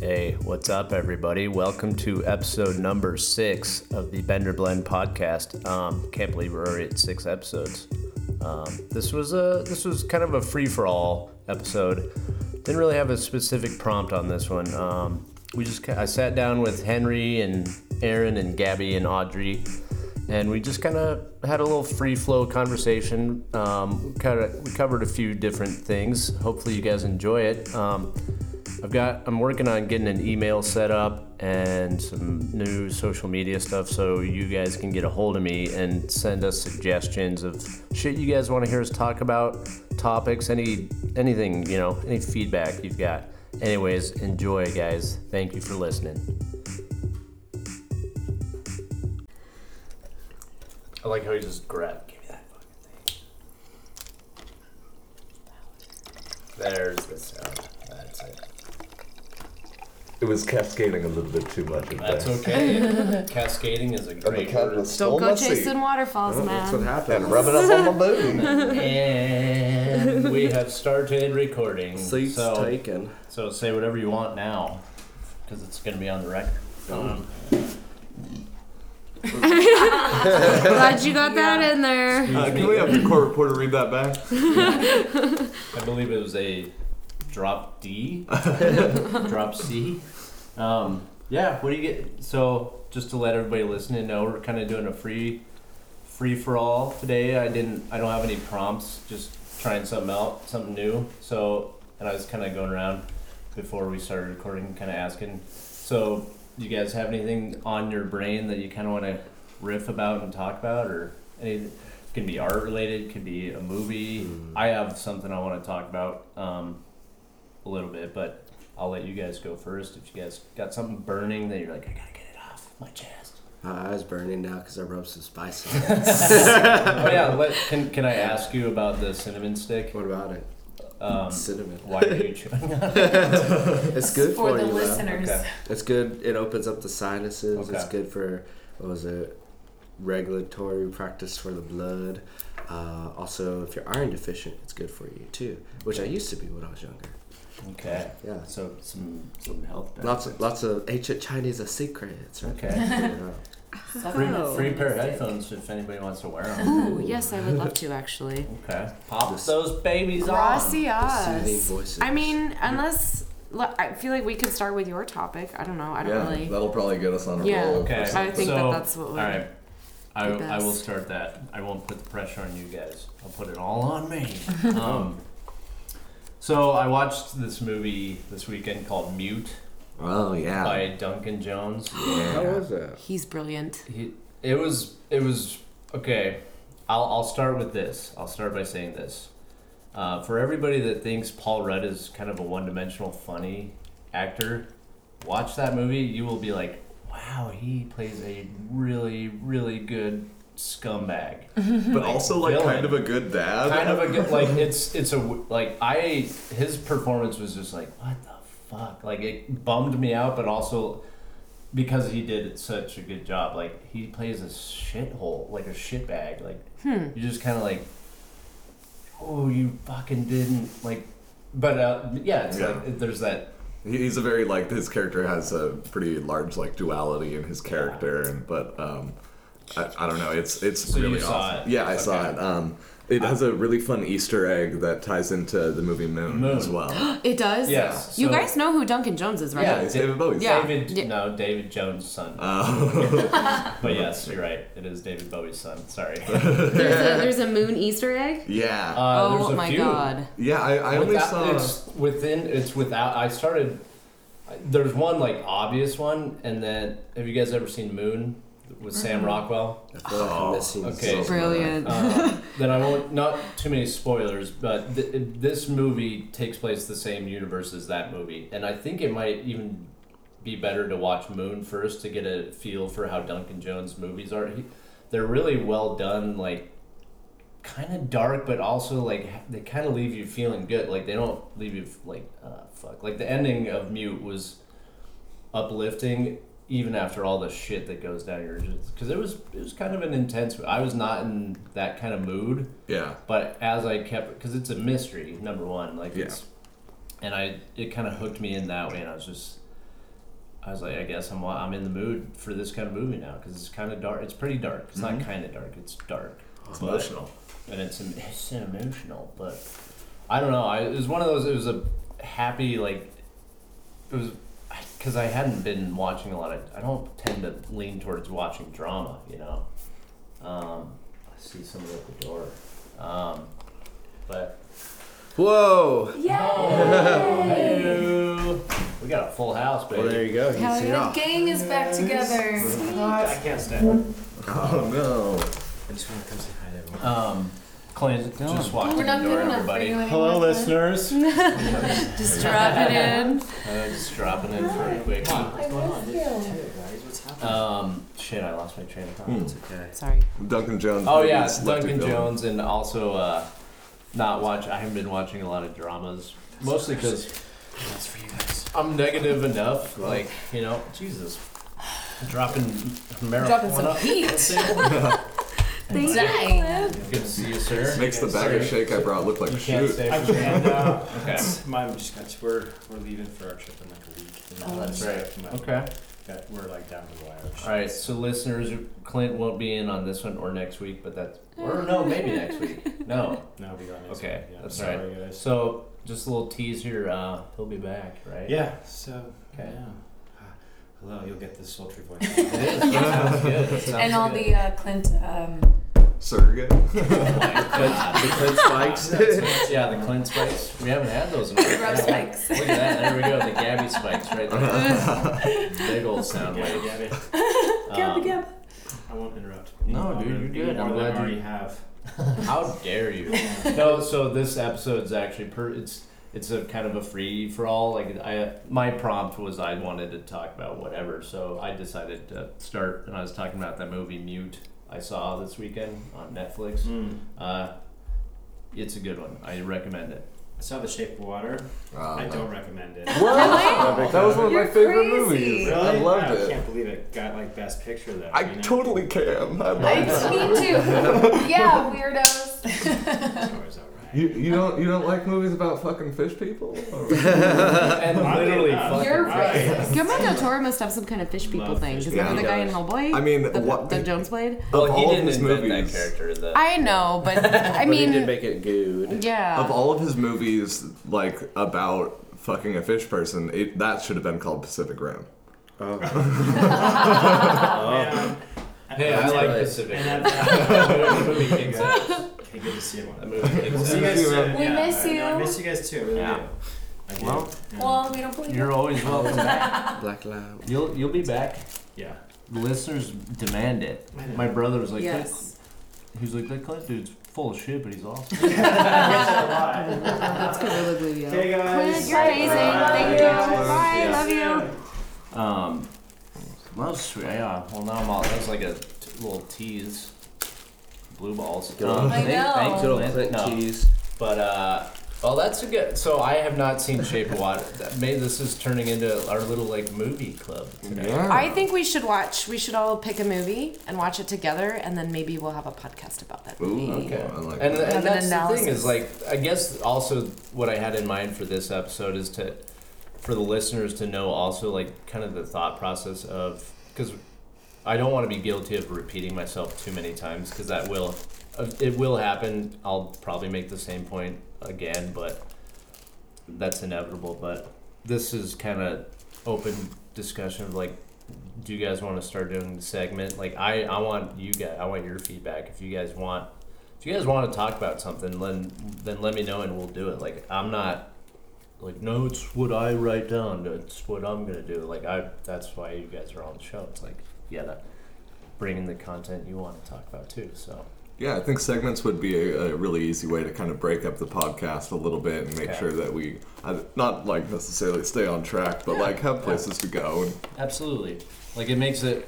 Hey, what's up, everybody? Welcome to episode number six of the Bender Blend podcast. Um, can't believe we're already at six episodes. Um, this was a this was kind of a free for all episode. Didn't really have a specific prompt on this one. Um, we just ki- I sat down with Henry and Aaron and Gabby and Audrey, and we just kind of had a little free flow conversation. Um, kind of we covered a few different things. Hopefully, you guys enjoy it. Um, I've got I'm working on getting an email set up and some new social media stuff so you guys can get a hold of me and send us suggestions of shit you guys want to hear us talk about, topics, any anything, you know, any feedback you've got. Anyways, enjoy guys. Thank you for listening. I like how he just grabbed. Give me that fucking thing. There's the sound. That's it. It was cascading a little bit too much. in That's there. okay. Cascading is a And the great cat word. was still Don't go messy. chasing waterfalls, That's what man. happened. And rub it up on my Uh, booty. And we have started recording. Seats so, taken. so say whatever you want now, because it's going to be on the record. Oh. Uh, Um, Glad you got that in there. Uh, can we have the court reporter read that back? I believe it was a drop D, drop C. Um, yeah. What do you get? So just to let everybody listening know, we're kind of doing a free, free for all today. I didn't. I don't have any prompts. Just trying something out, something new. So and I was kind of going around before we started recording, kind of asking. So you guys have anything on your brain that you kind of want to riff about and talk about, or any? It can be art related. Could be a movie. Hmm. I have something I want to talk about um, a little bit, but I'll let you guys go first. If you guys got something burning that you're like, I gotta get it off my chest. My eyes burning now because I rubbed some spice. on it. oh yeah. Let, can can I ask you about the cinnamon stick? what about it? Um, Cinnamon. why are you chewing? on it? It's good for, For the you. though. listeners. Okay. It's good. It opens up the sinuses. It's Okay. good for what was it? Regulatory practice for the blood. Uh, also, if you're iron deficient, it's good for you too, which I used to be when I was younger. Okay. Yeah. So some some health. Benefits. Lots of lots of ancient Chinese are secrets. Right? Okay. Yeah. Free, Oh. free pair of headphones if anybody wants to wear them. Ooh, yes, I would love to actually. Okay. Pop those babies on. Soothing Gracias. voices. I mean, unless look, I feel like we could start with your topic. I don't know. I don't really. that'll probably get us on a Yeah. roll. Okay. I think so, that that's what All we. right. I, the I will best. start that. I won't put the pressure on you guys. I'll put it all on me. Um, so I watched this movie this weekend called Mute Oh yeah. by Duncan Jones. How was that? He's brilliant. He, it was it was okay. I'll I'll start with this. I'll start by saying this. Uh, for everybody that thinks Paul Rudd is kind of a one-dimensional funny actor, watch that movie. You will be like, wow, he plays a really really good scumbag. But also, like, villain. kind of a good dad. kind of a good like it's it's a w- like I his performance was just like what the fuck like it bummed me out but also because he did such a good job like he plays a shithole like a shitbag like Hmm. you're just kind of like oh you fucking didn't like but uh, yeah it's Yeah. like there's that He- He's a very like his character has a pretty large like duality in his character, and but um, I, I don't know. It's it's you really saw awesome. it. Yeah, I saw Okay. it. Um, it has a really fun Easter egg that ties into the movie Moon, Moon. as well. It does. Yes, You so- guys know who Duncan Jones is, right? Yeah. It's David Bowie. Yeah. David Yeah. no David Jones' son but yes you're right it is David Bowie's son sorry uh, There's, a, there's a moon Easter egg. Yeah. oh there's a my few. god. yeah. I, I only Without- saw. it's within it's without i started there's one like obvious one and then have you guys ever seen moon with sam rockwell I feel like I'm Oh, missing okay. something. Brilliant. uh, then i won't not too many spoilers but th- this movie takes place the same universe as that movie and i think it might even be better to watch moon first to get a feel for how duncan jones movies are he, they're really well done like kind of dark, but also like they kind of leave you feeling good. Like they don't leave you like uh, fuck. Like the ending of Mute was uplifting, even after all the shit that goes down your. Because it was it was kind of an intense. I was not in that kind of mood, Yeah. but as I kept because it's a mystery number one. Like Yeah. it's and I it kind of hooked me in that way, and I was just I was like, I guess I'm wa- I'm in the mood for this kind of movie now because it's kind of dark. It's pretty dark. It's not kind of dark. It's dark. It's But- emotional. and it's em- it's emotional, but I don't know. I, it was one of those. It was a happy like it was because I hadn't been watching a lot of. I don't tend to lean towards watching drama, you know. Um, I see someone at the door, um, but Whoa! Hey, we got a full house, baby. Well, there you go. He's Hell it yeah, off. the gang is back together. I can't stand. Oh no. I just want to come say hi to everyone. it. Um, Clint just walked We're in the not door, good enough for everybody. you anymore. Hello, Clint. listeners. Just drop it in. Uh, just dropping in for a quick. Um, shit, I lost my train of thought. It's okay. Sorry. Duncan Jones. Oh yeah, movies, left Duncan to film. Jones, and also uh, not watch. I haven't been watching a lot of dramas, mostly because That's for you guys. I'm negative enough. Like you know, Jesus, dropping marijuana. Dropping some heat. Thank you, Clint. Good to see you, sir. Makes the bag of shake I brought look like You can't shoot. say I can't. Uh, okay. mine just got. We're we're leaving for our trip in like a week. you know, Oh, that's right. my- Okay. Got, we're like down to the wire. All right. So listeners, Clint won't be in on this one or next week, but that's or no, maybe next week. No. Now we got next Okay, week, that's sorry, Guys. So just a little teaser. Uh, he'll be back, right? yeah. So. Okay. Yeah. Ah, Hello, you'll get this sultry voice. It is. It sounds good. It sounds And all good. the uh, Clint. Um, Surrogate. Oh my God. The Clint spikes. yeah, the Clint spikes. We haven't had those in a while. Rub spikes. Look at that. There we go. The Gabby spikes right there. Big old sound Gabby, wave. Gabby, Um, I won't interrupt. No, dude, you're good. I'm I'm glad glad you- I already have. How dare you? No, so this episode's actually per. It's it's a kind of a free for all. Like I, my prompt was I wanted to talk about whatever, so I decided to start, and I was talking about that movie Mute I saw this weekend on Netflix. Mm. Uh, it's a good one. I recommend it. I saw The Shape of Water. Oh, Uh, I don't recommend it. That was one of You're my favorite crazy. movies. Really? I loved I it. can't believe it got like Best Picture though. I you know? totally can. I love I, me it. too. Yeah, weirdos. It's always alright. You, you don't you don't like movies about fucking fish people? Or- And literally, enough. fucking You're right. racist. Guillermo del Toro must have some kind of fish people Love thing. fish Because people. remember the guy in Hellboy? I mean, the, what- Doug Jones played? of Well, he all didn't of his invent movies, that character. The, I know, but I But he did mean, make it good. yeah. of all of his movies, like about fucking a fish person, it, that should have been called Pacific Rim. Oh, Man. hey, I That's like right. Pacific. And that movie kicks ass. Okay, good to see you. That movie We'll kicks see you ass. guys soon. We Yeah, miss I, know, I you. miss you guys too. I really Yeah. do. I do. Well- yeah. Well, we don't believe You're you. always welcome back. Black Lab. You'll you'll be back. yeah. Listeners demand it. My brother was like, Yes. "Clint-" he's like, that Clint dude's full of shit, but he's awesome. That's Gorilla Glue, yo. Okay, guys. Clint, you're amazing. Thank you. Bye. Love you. Um, that was sweet. Yeah. Well, now I'm all. That was like a t- little tease. Blue balls. Good old- Um, I know. thank Good you, old Clint No. cheese. But uh, well, that's a good. So I have not seen Shape of Water. That- Maybe this is turning into our little like movie club today. I think we should watch. We should all pick a movie and watch it together, and then maybe we'll have a podcast about that movie. Ooh, okay. I like and, that. and Have that's an the thing is analysis. like I guess also what I had in mind for this episode is to for the listeners to know also like kind of the thought process of because I don't want to be guilty of repeating myself too many times because that will uh, it will happen. I'll probably make the same point again, but that's inevitable. But this is kind of open discussion of like do you guys want to start doing the segment like i i want you guys i want your feedback if you guys want if you guys want to talk about something then then let me know and we'll do it like i'm not like no it's what i write down it's what i'm gonna do like i that's why you guys are on the show it's like you gotta bring in the content you want to talk about too so Yeah, I think segments would be a, a really easy way to kind of break up the podcast a little bit and make Yeah. sure that we, I, not like necessarily stay on track, but like have places to go. And Absolutely. Like it makes it,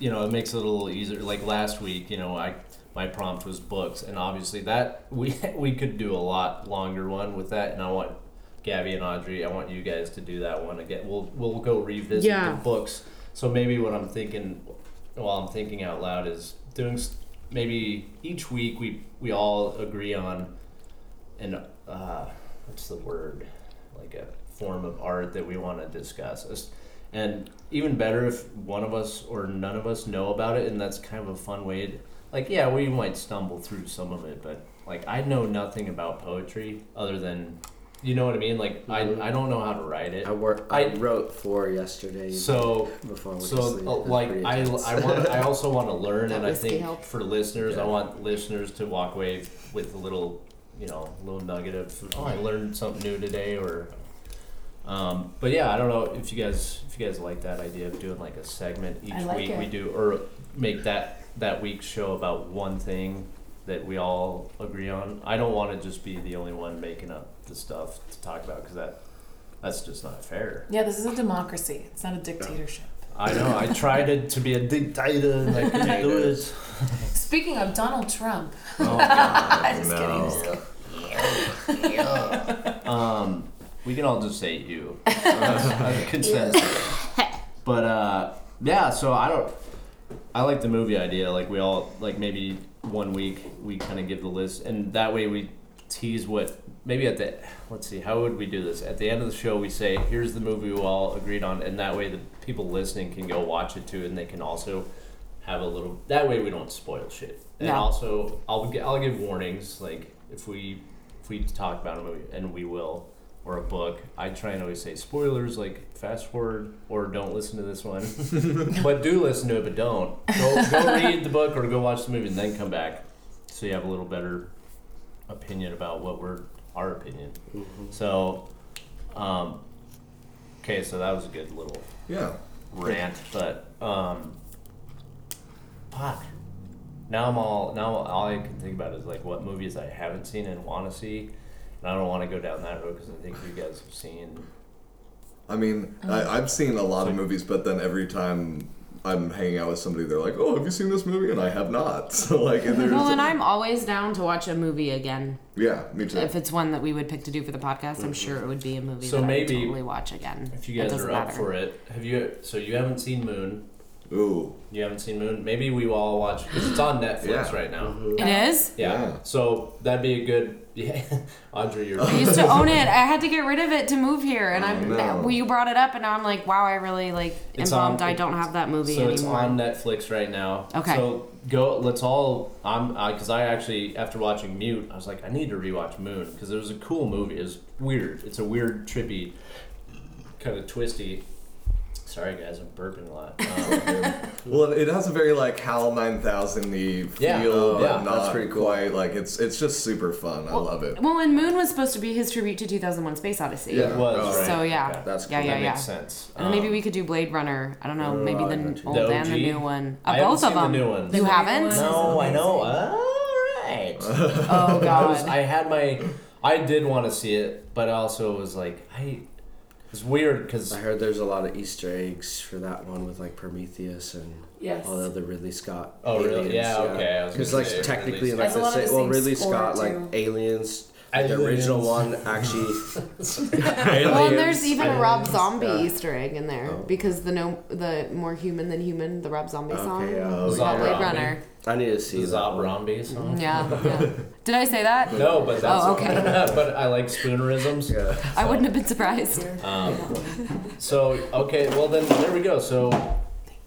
you know, it makes it a little easier. Like last week, you know, I my prompt was books, and obviously that we we could do a lot longer one with that. And I want Gabby and Audrey, I want you guys to do that one again. We'll we'll go revisit Yeah. the books. So maybe what I'm thinking, while I'm thinking out loud, is doing s- maybe each week we we all agree on an uh, what's the word like a form of art that we want to discuss. A s- And even better if one of us or none of us know about it, and that's kind of a fun way. To, like, yeah, we might stumble through some of it, but like I know nothing about poetry other than, you know what I mean? Like I, I don't know how to write it. I work. I, I- wrote four yesterday. So before I went so to sleep. uh, That's like pretty I, intense. I want I also want to learn That and I whiskey think helped. for listeners I Yeah. want listeners to walk away with a little you know little nugget of oh I learned something new today or um, but yeah I don't know if you guys if you guys like that idea of doing like a segment each I like week it. we do or make that that week's show about one thing that we all agree on I don't want to just be the only one making up the stuff to talk about because that that's just not fair Yeah, this is a democracy. It's not a dictatorship. I know. I tried it to be a dictator, and I couldn't do it. Speaking of Donald Trump, Oh, God. uh, just kidding. Just kidding. Um, we can all just say you. That's consensus. But uh, yeah, so I don't. I like the movie idea. Like we all like maybe one week we kind of give the list, and that way we tease what maybe at the let's see how would we do this at the end of the show we say here's the movie we all agreed on and that way the people listening can go watch it too and they can also have a little that way we don't spoil shit and Yeah. also I'll gi- I'll give warnings like if we if we talk about a movie and we will or a book I try and always say spoilers like fast forward or don't listen to this one but do listen to it, but don't. Go, go read the book or go watch the movie and then come back so you have a little better opinion about what we're, our opinion. So, um, okay, so that was a good little Yeah. rant, but, um, fuck. Now I'm all, now all I can think about is like what movies I haven't seen and want to see. And I don't want to go down that road because I think you guys have seen. I mean, Mm-hmm. I, I've seen a lot of movies, but then every time I'm hanging out with somebody, they're like, "Oh, have you seen this movie?" And I have not. So like, there's Well, and I'm always down to watch a movie again. yeah, me too. If it's one that we would pick to do for the podcast, I'm sure it would be a movie So that I maybe would totally watch again. If you guys doesn't are up matter. for it, have you? So you haven't seen Moon. Ooh, You haven't seen Moon? Maybe we all watch because it's on Netflix Yeah. right now. It is. Yeah. Yeah. So that'd be a good. Yeah, Audrey, you're. I used to own it. I had to get rid of it to move here, and I'm. Oh, no. well, you brought it up, and now I'm like, wow, I really like. It's am on- bummed I don't have that movie so it's anymore. on Netflix right now. Okay. So go. Let's all. I'm because I actually after watching Mute, I was like, I need to rewatch Moon because it was a cool movie. It was weird. It's a weird, trippy, kind of twisty. Sorry guys, I'm burping a lot. Um, well, it has a very like HAL 9000 y feel, Yeah. but Yeah, that's not pretty quite like it's it's just super fun. I love it. Well, and Moon was supposed to be his tribute to 2001: Space Odyssey. it Yeah. was. Oh, right? So yeah, Okay. That's yeah, cool. yeah, that yeah. makes sense. And then maybe Um, we could do Blade Runner. I don't know. maybe I the haven't n- seen old The and the OG? new one. Uh, I haven't both of seen the them. new ones. You The new haven't? ones. No, I know. All right. Oh I was, god. I had my, I did want to see it, but I also was like, I, it's weird because I heard there's a lot of Easter eggs for that one with like Prometheus and Yes. all the other Ridley Scott. Oh, really? aliens, Yeah, okay, I was Because gonna like say Ridley technically, Scott. like Has a the lot of same, the well, same Ridley score, Scott, like too. Aliens, like, the original one actually. Well, and Aliens, there's even a Aliens, Rob Zombie Oh. yeah. Easter egg in there because the no, the more human than human, the Rob Zombie song. Okay, yeah, was oh, on yeah. Blade Zombie. Runner. I need to see the that Zob one. Rombie song. Yeah, yeah. Did I say that? No, but that's Oh, okay. but I like spoonerisms. Yeah. I wouldn't have been surprised. So okay, well then there we go. So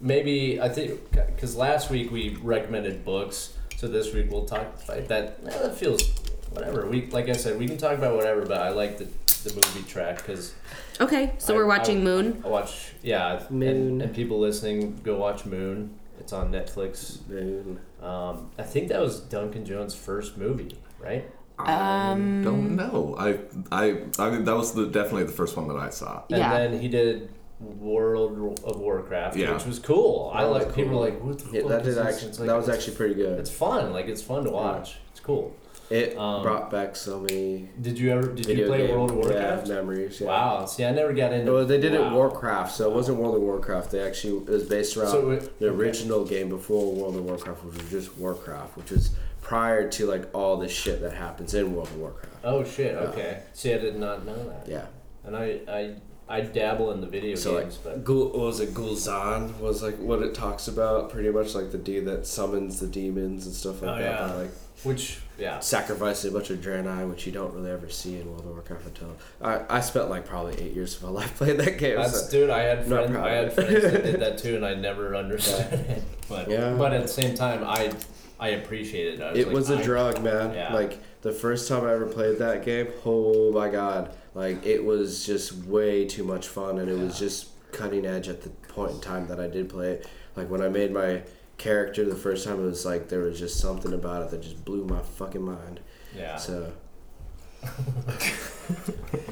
maybe I think because last week we recommended books, so this week we'll talk like that. eh, That feels whatever. We like I said, we can talk about whatever, but I like the the movie track because Okay, so I- we're I- watching Moon. I watch yeah and- Moon. and people listening go watch Moon. It's on Netflix. Moon. Um, I think that was Duncan Jones' first movie, right? Um, don't know. I I I mean that was the definitely the first one that I saw. And Yeah. then he did World of Warcraft, Yeah. which was cool. I That was like people cool. were like what the Yeah, fuck that is did this?" actually. It's like, that was it's- actually pretty good. It's fun. Like it's fun to watch. It's cool. It um, brought back so many Did you ever? Did video you play game World of Warcraft? Yeah, memories. Yeah. Wow. See, I never got into. Well, they did it wow. Warcraft, so it wasn't World of Warcraft. They actually it was based around So it- the original game before World of Warcraft, which was just Warcraft, which was prior to like all the shit that happens in World of Warcraft. Oh shit. Okay. See, I did not know that. Yeah, And I, I I dabble in the video So like, games, but Gul, what was it Gulzan was like what it talks about, pretty much like the dude that summons the demons and stuff like Oh, that. yeah. By, like which yeah, sacrificing a bunch of Draenei, which you don't really ever see in World of Warcraft until I, I spent like probably eight years of my life playing that game. that's so- dude. I had Not friends, proud I had of it. friends that did that too, and I never understood it. But Yeah. but at the same time, I I appreciate it. I was it like, was a I- drug, man. Yeah. Like the first time I ever played that game, oh my god! Like it was just way too much fun, and it was just cutting edge at the point in time that I did play it. Like when I made my character the first time, it was like there was just something about it that just blew my fucking mind. Yeah, So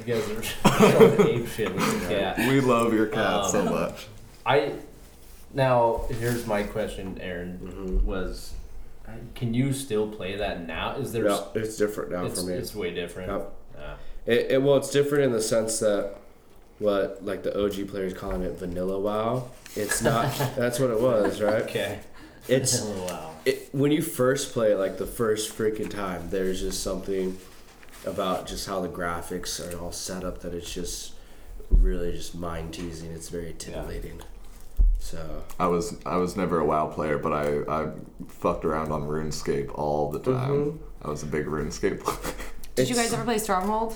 you guys are going ape shit with the cat. We love your cat so Um, much. I now here's my question, Aaron. mm-hmm. Was can you still play that now? Is there? no, it's different now it's, for me. it's way different. Ah, Yep. Yeah. It, it well, it's different in the sense that what like the OG players calling it vanilla WoW. It's not. that's what it was, right? Okay. It's wow. it, when you first play it, like the first freaking time, there's just something about just how the graphics are all set up that it's just really just mind teasing. It's very titillating. So I was I was never a WoW player, but I, I fucked around on RuneScape all the time. I was a big RuneScape player. Did you It's- guys ever play Stronghold?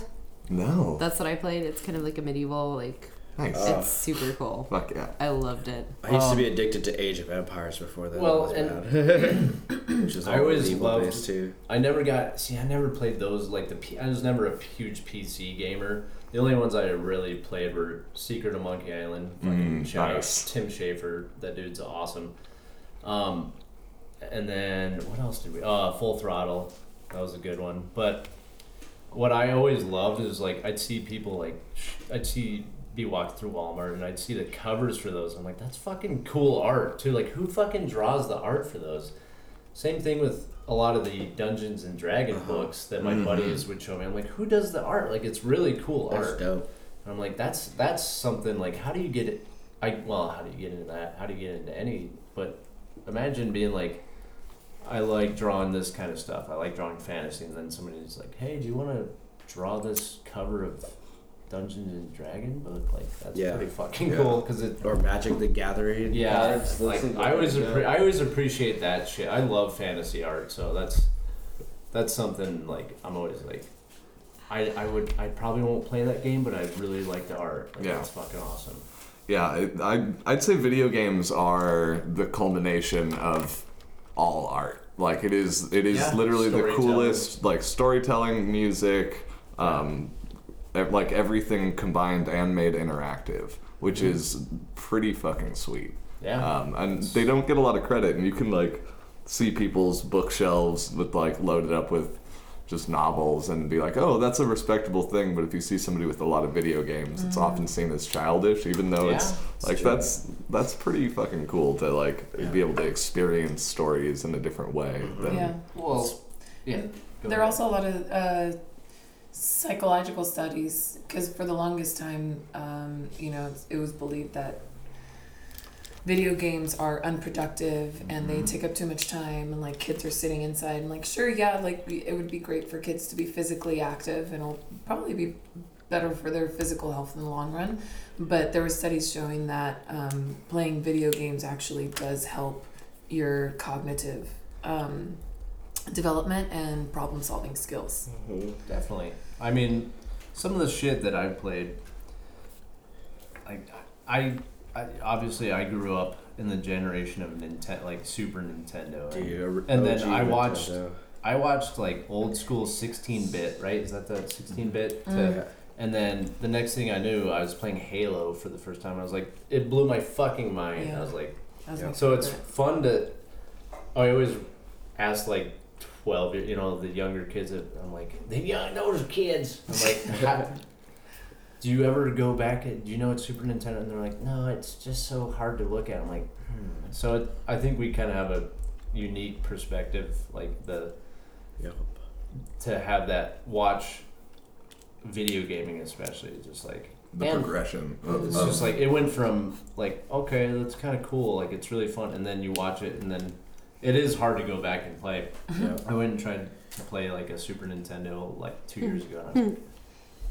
no. That's what I played. It's kind of like a medieval, like, nice. it's super cool. Fuck yeah. I loved it. Uh. I used to be addicted to Age of Empires before that. Um, Well, was and- bad. which is I all always medieval loved- based, too. I never got. See, I never played those. Like the, P- I was never a huge PC gamer. The only ones I really played were Secret of Monkey Island. Fucking Mm, shout out nice. Tim Schafer. That dude's awesome. Um, and then what else did we? Uh, Full Throttle. That was a good one. But what I always loved is like I'd see people like sh- I'd see be walked through Walmart and I'd see the covers for those. I'm like, that's fucking cool art too. Like who fucking draws the art for those? Same thing with a lot of the Dungeons and Dragon books that my buddies would show me. I'm like, who does the art? Like it's really cool That's art. dope. And I'm like, that's that's something like how do you get it? I well, how do you get into that? How do you get into any? But imagine being like, I like drawing this kind of stuff. I like drawing fantasy, and then somebody's like, Hey, do you want to draw this cover of Dungeons and Dragon book? Like that's Yeah. pretty fucking Yeah. cool because it. Or Magic the Gathering. Yeah, cards, those like things I always that. appre- I always appreciate that shit. I love fantasy art, so that's that's something like I'm always like. I, I would I probably won't play that game, but I really like the art. Like, Yeah. that's fucking awesome. Yeah, it, I I'd say video games are the culmination of all art. Like it is it is Yeah, literally the storytelling. coolest like storytelling, music, um ev- like everything combined and made interactive, which Mm-hmm. is pretty fucking sweet. Yeah. Um, and they don't get a lot of credit and you can like see people's bookshelves with like loaded up with just novels and be like, "Oh, that's a respectable thing." But if you see somebody with a lot of video games, it's often seen as childish even though Yeah. it's like that's that's pretty fucking cool to like be able to experience stories in a different way Um, than Yeah. Well, yeah. go There are ahead. also a lot of uh, psychological studies because for the longest time, um, you know, it was believed that video games are unproductive and they Mm-hmm. take up too much time and like kids are sitting inside and like sure yeah like we- it would be great for kids to be physically active and it'll probably be better for their physical health in the long run but there were studies showing that um, playing video games actually does help your cognitive um, development and problem solving skills. definitely. I mean, some of the shit that I've played, like I, I obviously I grew up in the generation of Nintendo, like Super Nintendo. and- Dude, and then OG I watched Nintendo. I watched like old school 16 bit, right? Is that the 16 bit? to And then the next thing I knew, I was playing Halo for the first time. I was like, it blew my fucking mind. I Yeah. was like, That was my So it's favorite. fun to. I always ask like twelve, year- you know, the younger kids. That, I'm like, the young those kids. I'm like, "How- do you ever go back? And, do you know it's Super Nintendo? And they're like, no, it's just so hard to look at. I'm like, hmm. so it, I think we kind of have a unique perspective, like the Yep. to have that watch video gaming, especially just like the and- progression of, it's of- just like it went from like okay, that's kind of cool, like it's really fun, and then you watch it, and then it is hard to go back and play. Yeah. I went and tried to play like a Super Nintendo like two years ago, and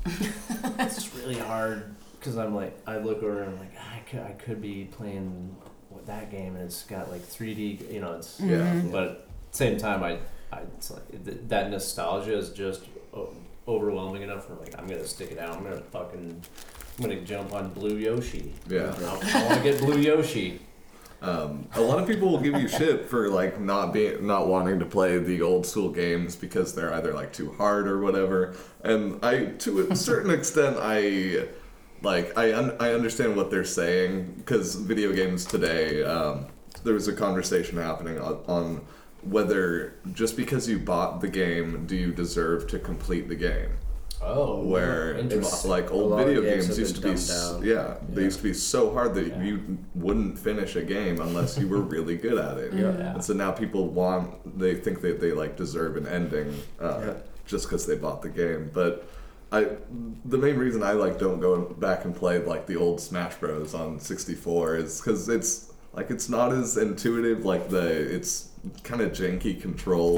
I was like, it's really hard. because I'm like, I look over and I'm like, "Ah, I could, I could be playing with that game, and it's got like 3D, you know, it's. Yeah. Mm-hmm. But same time, I, I it's like th- that nostalgia is just o- overwhelming enough. For like, I'm gonna stick it out. I'm gonna fucking, I'm gonna jump on Blue Yoshi. Yeah. I, want to get Blue Yoshi. Um, a lot of people will give you shit for like not being not wanting to play the old school games because they're either like too hard or whatever. And I, to a certain extent, I like I un- I understand what they're saying because video games today. Um, there was a conversation happening on, on whether just because you bought the game, do you deserve to complete the game? Oh, where it's interesting. like lot old of video games games have used to been be dumbed s- down. yeah, they used to be so hard that you wouldn't finish a game unless you were really good at it Yeah. and so now people want they think that they like deserve an ending uh, Yeah. just because they bought the game but I the main reason I like don't go back and play like the old Smash Bros on 64 is because it's like it's not as intuitive like the it's kind of janky controls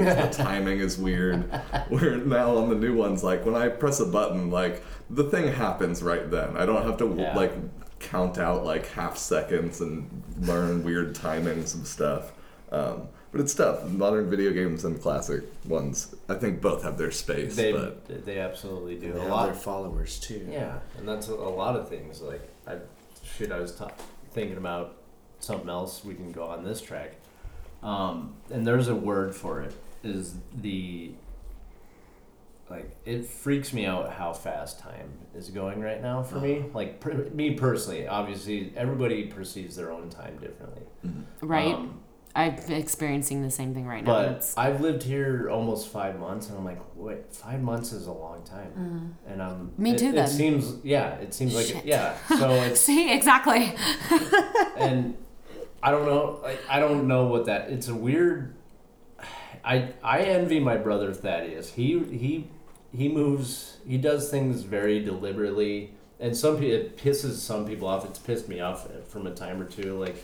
the timing is weird where now on the new ones like when I press a button like the thing happens right then I don't have to Yeah. like count out like half seconds and learn weird timings and stuff um, but it's tough modern video games and classic ones I think both have their space they but they absolutely do They a have lot. their followers too. Yeah, and that's a, a lot of things. Like, I shit, I was ta thinking about something else. We can go on this track, um, and there's a word for it. Is the like it freaks me out how fast time is going right now for me. Like per, me personally, obviously everybody perceives their own time differently. Right? Um, I'm experiencing the same thing right now. but It's- I've lived here almost five months, and I'm like, wait, five months is a long time. And I'm Mm-hmm. Me it- too, It then. seems yeah, it seems like Shit. yeah. So it's See, exactly. and I don't know, like, I don't know what that. It's a weird. I I envy my brother Thaddeus. He he he moves. He does things very deliberately, and some people it pisses some people off. It's pissed me off uh, from a time or two. Like,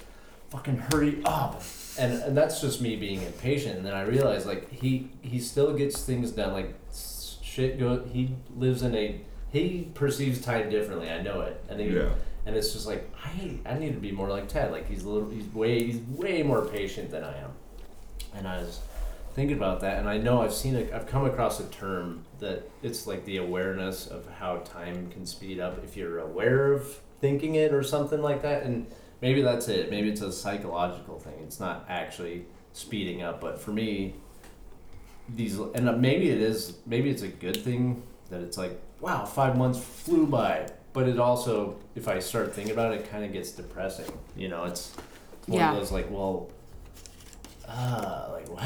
fucking hurry up, and and that's just me being impatient. And then I realize like he he still gets things done. Like s- shit go. He lives in a he perceives time differently. I know it, and he, Yeah. and it's just like I I need to be more like Ted. Like he's a little he's way he's way more patient than I am, and I was thinking about that and i know i've seen a, i've come across a term that it's like the awareness of how time can speed up if you're aware of thinking it or something like that and maybe that's it maybe it's a psychological thing it's not actually speeding up but for me these and maybe it is maybe it's a good thing that it's like wow five months flew by but it also if i start thinking about it, it kind of gets depressing you know it's one Yeah. of those like well uh like what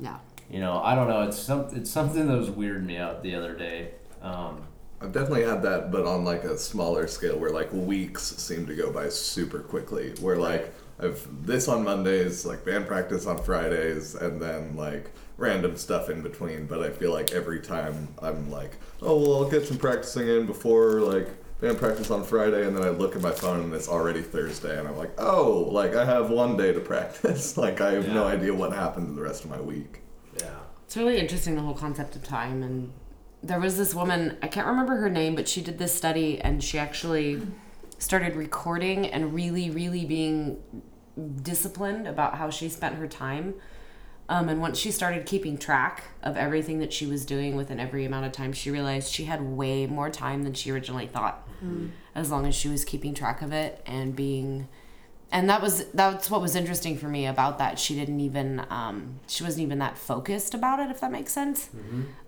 Yeah. you know i don't know it's some it's something that was weirding me out the other day um I've definitely had that, but on like a smaller scale, where like weeks seem to go by super quickly. Where like I've this on Mondays, like band practice on Fridays, and then like random stuff in between. But I feel like every time I'm like, oh well, I'll get some practicing in before like band practice on Friday, and then I look at my phone and it's already Thursday, and I'm like, oh, like I have one day to practice. like I have no Yeah. idea what happened the rest of my week. yeah It's really interesting the whole concept of time and there was this woman, I can't remember her name, but she did this study and she actually started recording and really really being disciplined about how she spent her time. Um, and once she started keeping track of everything that she was doing within every amount of time, she realized she had way more time than she originally thought. As long as she was keeping track of it and being, and that was that's what was interesting for me about that. She didn't even um, she wasn't even that focused about it, if that makes sense.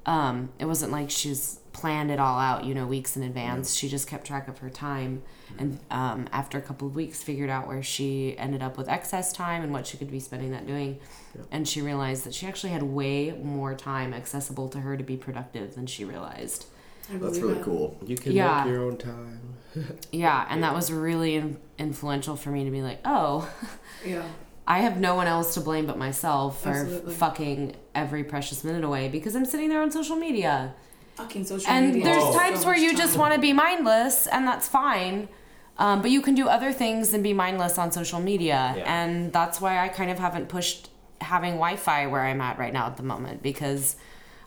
Um, it wasn't like she's planned it all out, you know, weeks in advance. She just kept track of her time, and um, after a couple of weeks, figured out where she ended up with excess time and what she could be spending that doing. And she realized that she actually had way more time accessible to her to be productive than she realized. I That's believe really it. cool. You can Yeah. make your own time. Yeah, and that was really in- influential for me to be like, oh, Yeah. I have no one else to blame but myself for Absolutely. fucking every precious minute away because I'm sitting there on social media. Fucking social and media. there's Oh, takes so times where much you just time. want to be mindless and that's fine um, but you can do other things than be mindless on social media Yeah. and that's why i kind of haven't pushed having wi-fi where i'm at right now at the moment because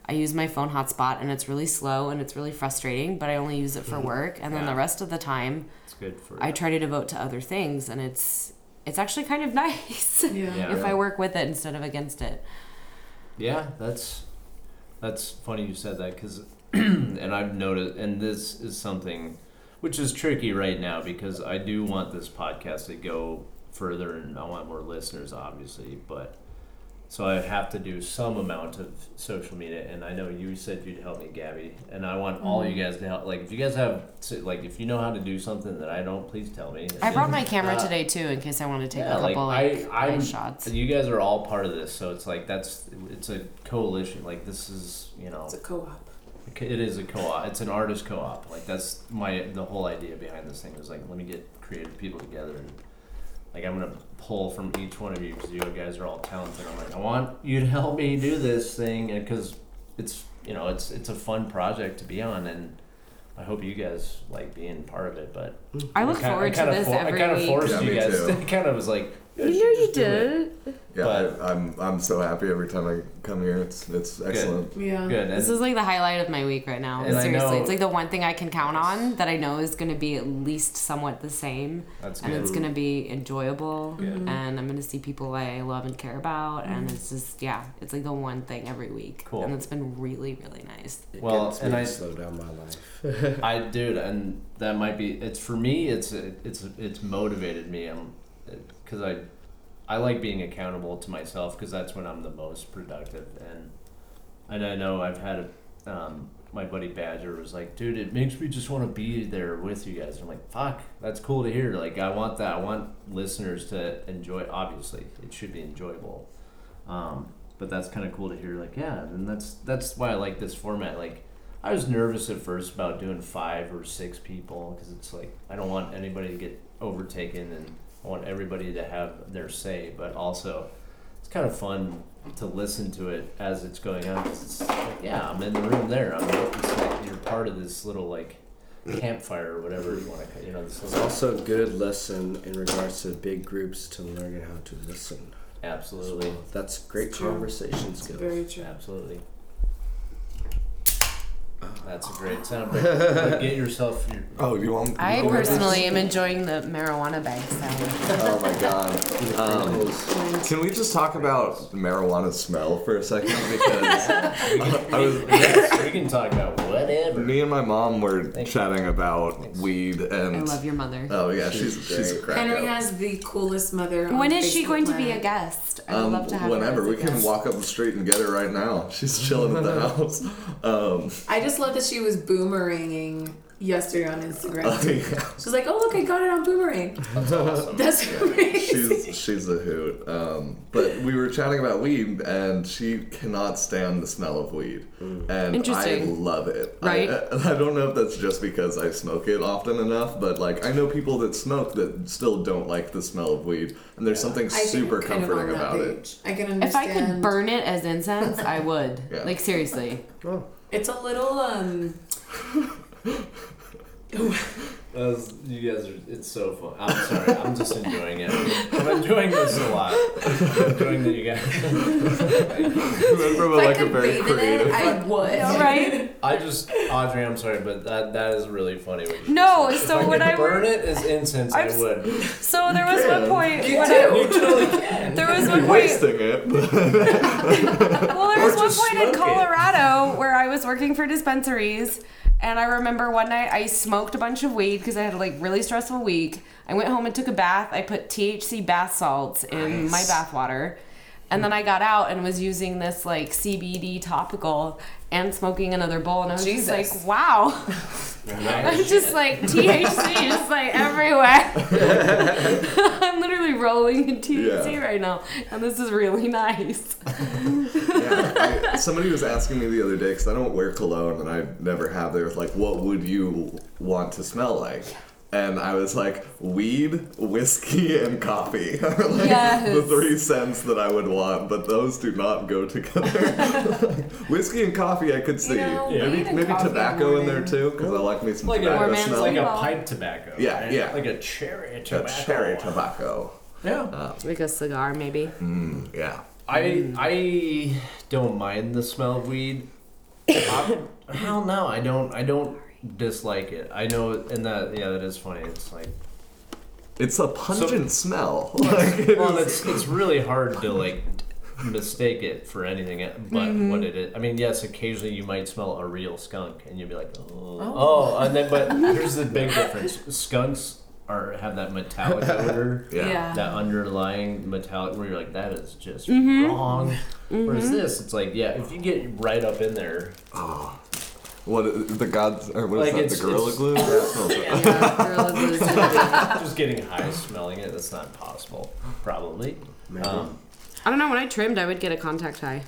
I use my phone hotspot and it's really slow and it's really frustrating, but I only use it for work. And then Mm-hmm. Yeah. the rest of the time, It's good for. I try to devote to other things, and it's it's actually kind of nice Yeah. if I work with it instead of against it. Yeah, that's that's funny you said that because, and I've noticed, and this is something which is tricky right now because I do want this podcast to go further and I want more listeners, obviously, but so I have to do some amount of social media, and I know you said you'd help me, Gabby, and I want all Mm-hmm. you guys to help. Like, if you guys have, like, if you know how to do something that I don't, please tell me. I brought my Uh, camera today too in case I want to take yeah, a like, couple I- like, I'm- nice shots. you guys are all part of this, so it's like that's it's a coalition. Like this is you know It's a co-op. it is a co-op. It's an artist co-op. Like that's my the whole idea behind this thing is like let me get creative people together and like I'm gonna pull from each one of you because you guys are all talented. I'm like I want you to help me do this thing and because it's you know it's it's a fun project to be on and. I hope you guys like being part of it, but I look kinda- forward kinda to this for- every I kind of week. Yeah, forced you me guys. too. I kind of was like, You know should you just do it. did. Yeah, But- I, I'm I'm so happy every time I come here. It's it's excellent. Yeah. Good. This and- is like the highlight of my week right now. And I Seriously, know- it's like the one thing I can count on that I know is going to be at least somewhat the same, That's and good. it's going to be enjoyable, Mm-hmm. Good. and I'm going to see people I love and care about, and it's just yeah, it's like the one thing every week, Cool. and it's been really really nice. It Well, gets me and to I- slow down my life. I dude, and that might be. It's for me. It's it's it's motivated me. I'm because I I like being accountable to myself because that's when I'm the most productive. And and I know I've had a, um, my buddy Badger was like, dude, it makes me just want to be there with you guys. I'm like, fuck, that's cool to hear. Like I want that. I want listeners to enjoy. Obviously, it should be enjoyable. Um, but that's kind of cool to hear. Like yeah, and that's that's why I like this format. Like. I was nervous at first about doing five or six people because it's like I don't want anybody to get overtaken and I want everybody to have their say, but also it's kind of fun to listen to it as it's going on 'cause it's like, yeah, I'm in the room there. I'm it's like you're part of this little like campfire or whatever you want to you know this It's little, also a good lesson in regards to big groups to learning how to listen. absolutely That's great It's true. conversation It's skills. very true. absolutely. That's a great sound. break. But get yourself your Oh, you want? I you want this? personally am enjoying the marijuana bag sound. Oh my god. Um, can we just talk about the marijuana smell for a second? Because I was. yes, we can talk about whatever. Me and my mom were Thank you. chatting about weed and. I love your mother. Oh yeah, she's she's, a crack Henry up. has the coolest mother. on when is she Facebook going to be a planet. guest? I would Um, love to have whenever her. as a we can guest. walk up the street and get her right now. She's chilling at the house. Um, I just love that she was boomeranging yesterday on Instagram. yeah, She's like, "Oh look, I got it on boomerang." That's awesome. That's amazing. she's she's a hoot. Um, but we were chatting about weed, and she cannot stand the smell of weed, Mm. and I Interesting. love it. Right? I, I don't know if that's just because I smoke it often enough, but like I know people that smoke that still don't like the smell of weed, and there's something I think super I'm kind of comforting on that about it. page. I can If I understand. could burn it as incense, I would. Yeah. Like seriously, It's a little um. That was- you guys are, it's so fun. I'm sorry, I'm just enjoying it. I'm enjoying this a lot. I'm enjoying that you guys. Remember, if like I a could very bathe in creative. it, I would. right? I just, Audrey, I'm sorry, but that that is really funny. What you No, just said. so if I when could I were- burn it as incense, I'm i s- would. So there was can. one point. You when I- do. There was You're one point. wasting it. Well, there was one point in smoke it. Colorado where I was working for dispensaries, and I remember one night I smoked a bunch of weed because I had a like really stressful week. I went home and took a bath. I put THC bath salts in my bath water, and then I got out and was using this like CBD topical and smoking another bowl, and I was just Jesus. like, wow. I'm just like THC, just like everywhere. I'm literally rolling in THC Yeah. right now, and this is really nice. yeah, I, somebody was asking me the other day because I don't wear cologne and I never have. They were like, "What would you want to smell like?" And I was like, "Weed, whiskey, and coffee are like Yes. the three scents that I would want, but those do not go together." whiskey and coffee, I could see. know, weed maybe and maybe coffee in tobacco the in there morning. too because I like me some Like a, tobacco Warm smell. like a Well- pipe tobacco. Yeah, right? yeah. Like a cherry a tobacco. cherry tobacco. Yeah. Like a cigar, maybe. Yeah. I I don't mind the smell of weed. I don't know. I don't. I don't dislike it. I know, and that yeah, that is funny. It's like, It's a pungent smell. well, it's it's really hard to like mistake it for anything e- but what it is. I mean, yes, occasionally you might smell a real skunk, and you'll be like, oh, oh. and then but here's the big difference: skunks are have that metallic odor. Yeah. That underlying metallic, where you're like, that is just Mm-hmm. wrong. Whereas this, it's like, yeah, if you get right up in there, Oh. What the gods? Or what Like, is that? it's- The gorilla it's- glue? That smells like- just getting high smelling it, that's not possible, probably. Maybe. Um, I don't know. When I trimmed, I would get a contact high.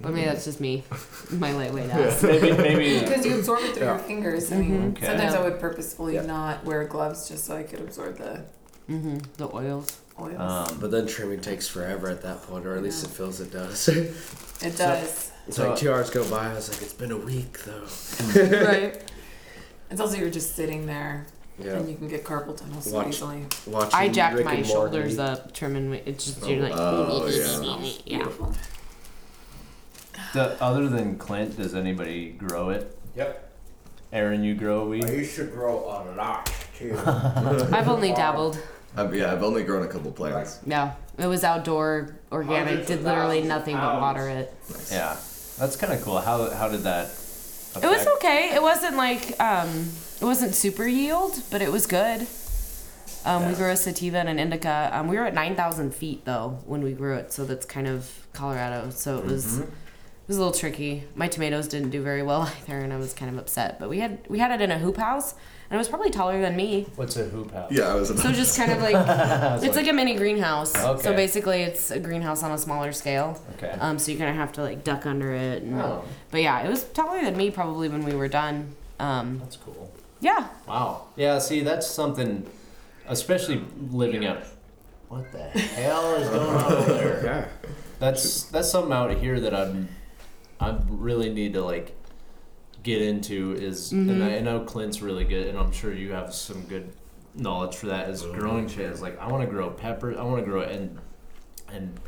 But maybe that's just me, my lightweight ass. maybe, maybe. Because you absorb it through your fingers. I mean, Okay. sometimes Yeah. I would purposefully Yeah. not wear gloves just so I could absorb the hmm The oils. oils. Um, But then trimming takes forever at that point, or at least it feels it does. it does. it's So- like two hours go by. I was like, it's been a week though. right. It's also you're just sitting there Yeah, and you can get carpal tunnel so Watch- easily. watching. I jacked Rick my and Morty. shoulders up, trimming. my- It's just you're like, Oh, yeah. the, other than Clint, does anybody grow it? Yep. Aaron, you grow I weed? used to grow a lot too. I've only dabbled. I've, yeah, I've only grown a couple plants. Yeah, it was outdoor, organic. Oh, Hundreds of Did literally thousands of nothing but pounds. water it. Yeah, that's kind of cool. How how did that? Affect? It was okay. It wasn't like um, it wasn't super yield, but it was good. Um, We Yeah. grew a sativa and an indica. Um, we were at nine thousand feet though when we grew it, so that's kind of Colorado. So it was Mm-hmm. it was a little tricky. My tomatoes didn't do very well either, and I was kind of upset. But we had we had it in a hoop house, and it was probably taller than me. What's a hoop house? Yeah, I was. So just kind of like it's like a mini greenhouse. So Okay. basically, it's a greenhouse on a smaller scale. Okay. Um, so you're gonna have to like duck under it. And, Oh. But yeah, it was taller than me probably when we were done. Um, That's cool. yeah, Wow. Yeah. See, that's something, especially living out. What the hell is going on over there? Yeah. That's that's something out here that I'm I really need to like get into is Mm-hmm. and I, I know Clint's really good and I'm sure you have some good knowledge for that is growing shit is like I want to grow peppers I want to grow and and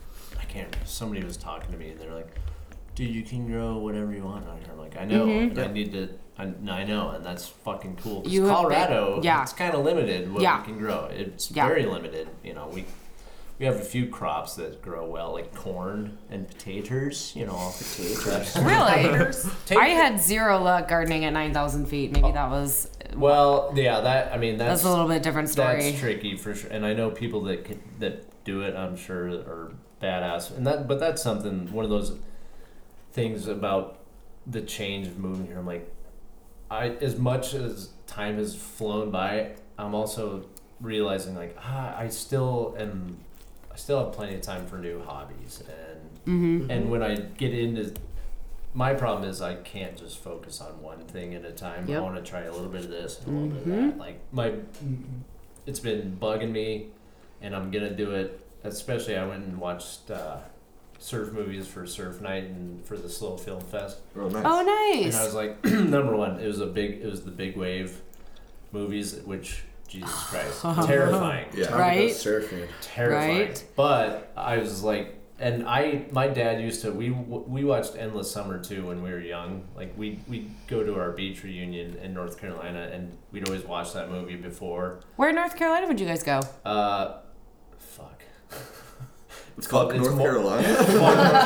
I can't somebody was talking to me and they're like dude you can grow whatever you want out here I'm like I know and I need to I, I know and that's fucking cool 'cause Mm-hmm. You have big- Colorado yeah. it's kind of limited what Yeah. we can grow it's Yeah. very limited you know we we have a few crops that grow well, like corn and potatoes. You know, potatoes. really. I had zero luck gardening at nine thousand feet. Maybe that was well, yeah, that I mean Oh, that's that's a little bit different that's story. tricky for sure. And I know people that could, that do it. I'm sure are badass. And that, but that's something one of those things about the change of moving here. I'm like, I as much as time has flown by, I'm also realizing like ah, I still am. I still have plenty of time for new hobbies, Mm-hmm. and and when I get into my problem is I can't just focus on one thing at a time. Yep. Mm-hmm. I want to try a little bit of this and a little bit of that. Like my, it's been bugging me, and I'm gonna do it. Especially I went and watched uh, surf movies for Surf Night and for the Slow Film Fest. oh, nice. Oh, And I nice. was like, number one, it was a big, it was the big wave movies, which Jesus Christ, terrifying, yeah. Time to Right? go surfing. terrifying. Right? But I was like, and I, my dad used to, we we watched Endless Summer too when we were young. Like we we go to our beach reunion in North Carolina, and we'd always watch that movie before. Where in North Carolina would you guys go? Uh, fuck. It's called It's North more- Carolina.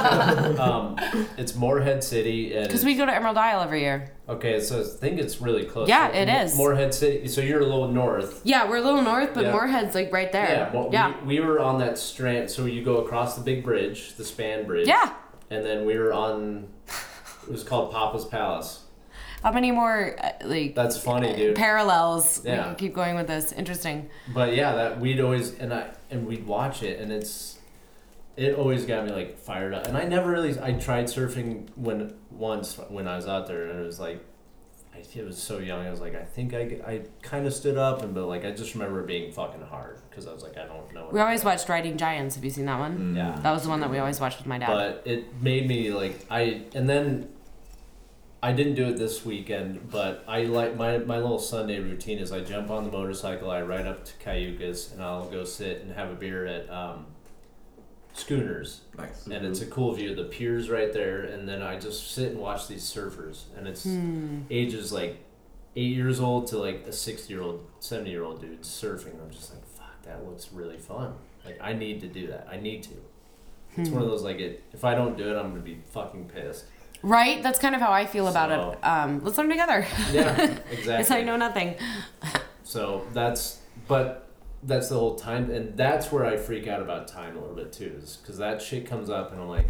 Um, it's Moorhead City, and Because it's- we go to Emerald Isle every year. okay, so I think it's really close. Yeah, it it is is. Moorhead City. So you're a little north. Yeah, we're a little north, but Yeah. Moorhead's like right there. Yeah, well, yeah, We, we were on that strand. So you go across the big bridge, the span bridge. yeah. And then we were on. It was called Papa's Palace. How many more uh, like That's funny, dude. parallels? We Yeah. can keep going with this. Interesting. But yeah, that we'd always and I and we'd watch it, and it's it always got me like fired up. And I never really I tried surfing when once when I was out there, and it was like. I it was so young. I was like, I think I, I kind of stood up, and but like I just remember it being fucking hard because I was like, I don't know. We always watched Riding Giants. Have you seen that one? yeah. That was the one that we always watched with my dad. Mm. but it made me like I and then I didn't do it this weekend, but I like my my little Sunday routine is I jump on the motorcycle, I ride up to Cayugas, and I'll go sit and have a beer at um, schooners, Nice. and it's a cool view. The pier's right there, and then I just sit and watch these surfers, and it's ages like eight years old to like a sixty year old, seventy year old dude surfing. I'm just like, fuck, that looks really fun. Like I need to do that. I need to. It's one of those like it, if I don't do it, I'm gonna be fucking pissed. Right? That's kind of how I feel about it. So- Um, let's learn together. Yeah, It's exactly. I know nothing. So that's, but that's the whole time, and that's where I freak out about time a little bit too, is because that shit comes up, and I'm like,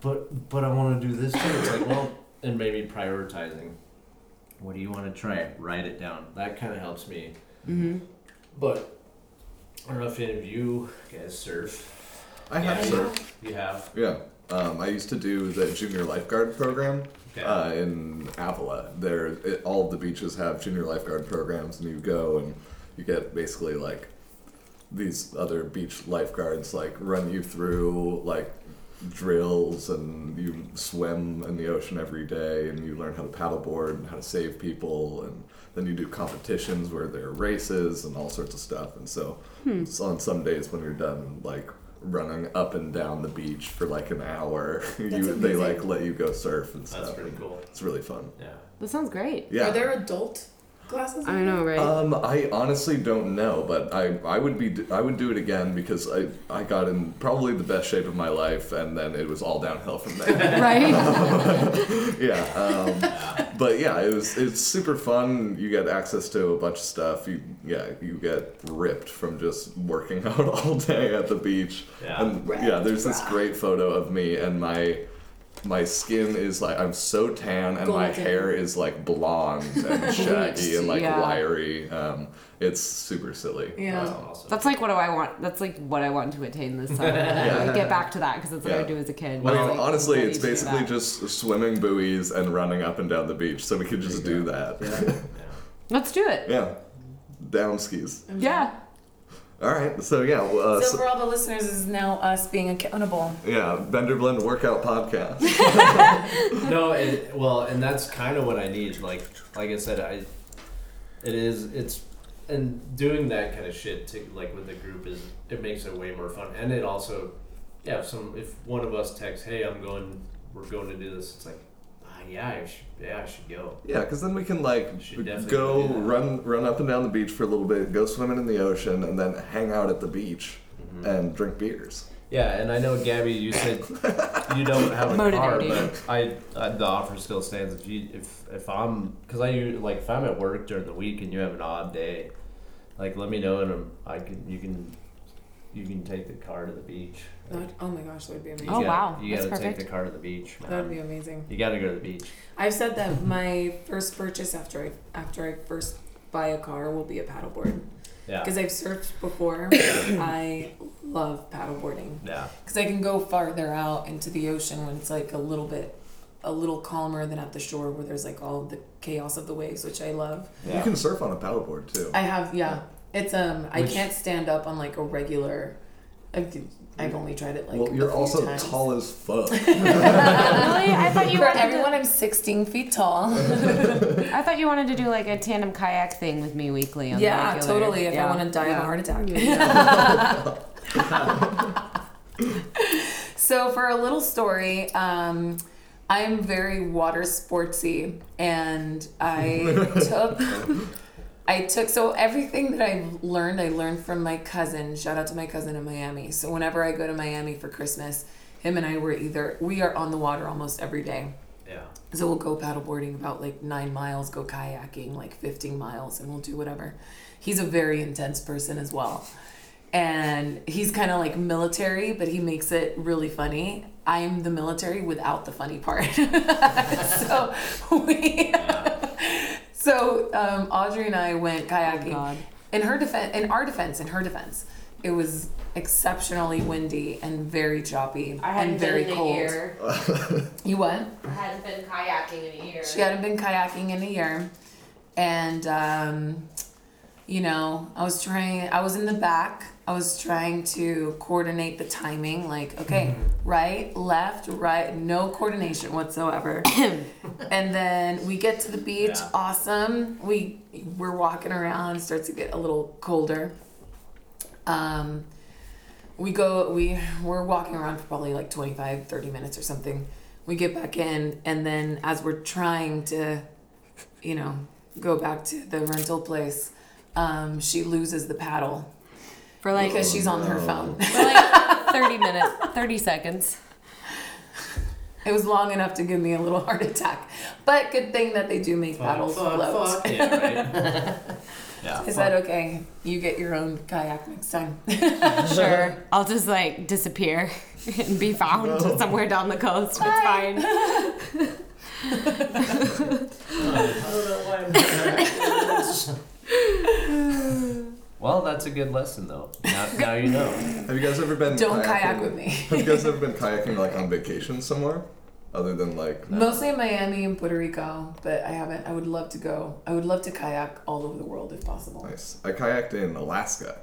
but but I want to do this too. It's like, well, and maybe prioritizing. What do you want to try? Write it down. That kind of helps me. hmm But I don't know if any of you guys surf. I have Yeah. surfed. You have Yeah. Um, I used to do the junior lifeguard program Okay. uh, in Avila. There, it, all of the beaches have junior lifeguard programs, and you go and you get basically like these other beach lifeguards like run you through like drills, and you swim in the ocean every day, and you learn how to paddleboard and how to save people, and then you do competitions where there are races and all sorts of stuff. And so, s- on some days when you're done, like running up and down the beach for like an hour, you they amazing. like let you go surf and stuff. that's pretty cool. It's really fun. Yeah. That sounds great. Yeah. Are there adult classes? I know, right? Um, I honestly don't know, but I, I would be I would do it again because I, I got in probably the best shape of my life, and then it was all downhill from there. right? yeah. Um, but yeah, it was it's super fun. You get access to a bunch of stuff. You yeah, you get ripped from just working out all day at the beach. Yeah. And yeah, there's this great photo of me and my my skin is like I'm so tan and my Golden. hair is like blonde and shaggy and like yeah. wiry. Um, it's super silly. Yeah. That's awesome. That's like what do I want? That's like what I want to attain this summer. Like, Get back to that because that's what I Yeah. do as a kid. I mean, Like, Um, honestly, I need it's to do basically that. just swimming buoys and running up and down the beach, so we could just do that. Yeah. Let's do it. Down skis. Yeah. All right, so yeah, well, uh, So so, for all the listeners, this is now us being accountable. yeah, Bender Blend workout podcast. no, and well, and that's kind of what I need. Like, like I said, I, it is, it's, and doing that kind of shit to like with the group is it makes it way more fun, and it also, yeah, if some if one of us texts, hey, I'm going, we're going to do this, it's like, ah, yeah, I should, yeah, I should go. Yeah, because then we can like Should definitely go do that. run run up and down the beach for a little bit, go swimming in the ocean, and then hang out at the beach Mm-hmm. and drink beers. Yeah, and I know Gabby, you said you don't have a car, Motivating. but I, I the offer still stands. If you if if I'm because I u- like if I'm at work during the week and you have an odd day, like let me know and I'm, I can you can you can take the car to the beach. That, oh my gosh, that would be amazing. You Oh, gotta- wow, You that's gotta take perfect. the car to the beach. That Man. would be amazing. you gotta go to the beach. I've said that my first purchase after I after I first buy a car will be a paddleboard Yeah, because I've surfed before. I love paddleboarding yeah, because I can go farther out into the ocean when it's like a little bit a little calmer than at the shore where there's like all the chaos of the waves, which I love. You can surf on a paddleboard too. I have yeah. It's um I Which- can't stand up on like a regular. I've, I've only tried it like. well, you're a few also times. tall as fuck. really? I thought you For wanted everyone, I'm 16 feet tall. To, I thought you wanted to do like a tandem kayak thing with me weekly. On the yeah, regular. totally. If Yeah. I want to die of Yeah. a heart attack. so for a little story, um, I'm very water sportsy, and I took. I took so everything that I've learned, I learned from my cousin. Shout out to my cousin in Miami. So whenever I go to Miami for Christmas, him and I were either we are on the water almost every day. yeah. So we'll go paddleboarding about like nine miles, go kayaking like 15 miles, and we'll do whatever. He's a very intense person as well. And he's kind of like military, but he makes it really funny. I'm the military without the funny part. so we. So um, Audrey and I went kayaking. Oh God. In her defense, in our defense, in her defense, it was exceptionally windy and very choppy and very cold. You what? I hadn't been kayaking in a year. She hadn't been kayaking in a year. And, um, you know, I was trying, I was in the back. I was trying to coordinate the timing, like, okay, right, left, right, no coordination whatsoever. and then we get to the beach, Yeah. awesome. We we're walking around, it starts to get a little colder. Um, we go we we're walking around for probably like 25 30 minutes or something we get back in and then as we're trying to you know go back to the rental place um, she loses the paddle For like, because she's on Oh, her phone for like 30 minutes, 30 seconds. it was long enough to give me a little heart attack but good thing that they do make paddles float Yeah, right. yeah. is that okay you get your own kayak next time Sure. I'll just like disappear and be found somewhere down the coast. It's fine. Well, that's a good lesson, though. Now, now you know. Have you guys ever been? don't kayaking? kayak with me Have you guys ever been kayaking like on vacation somewhere, other than like? Mostly in Miami and Puerto Rico, but I haven't. I would love to go. I would love to kayak all over the world if possible. Nice. I kayaked in Alaska.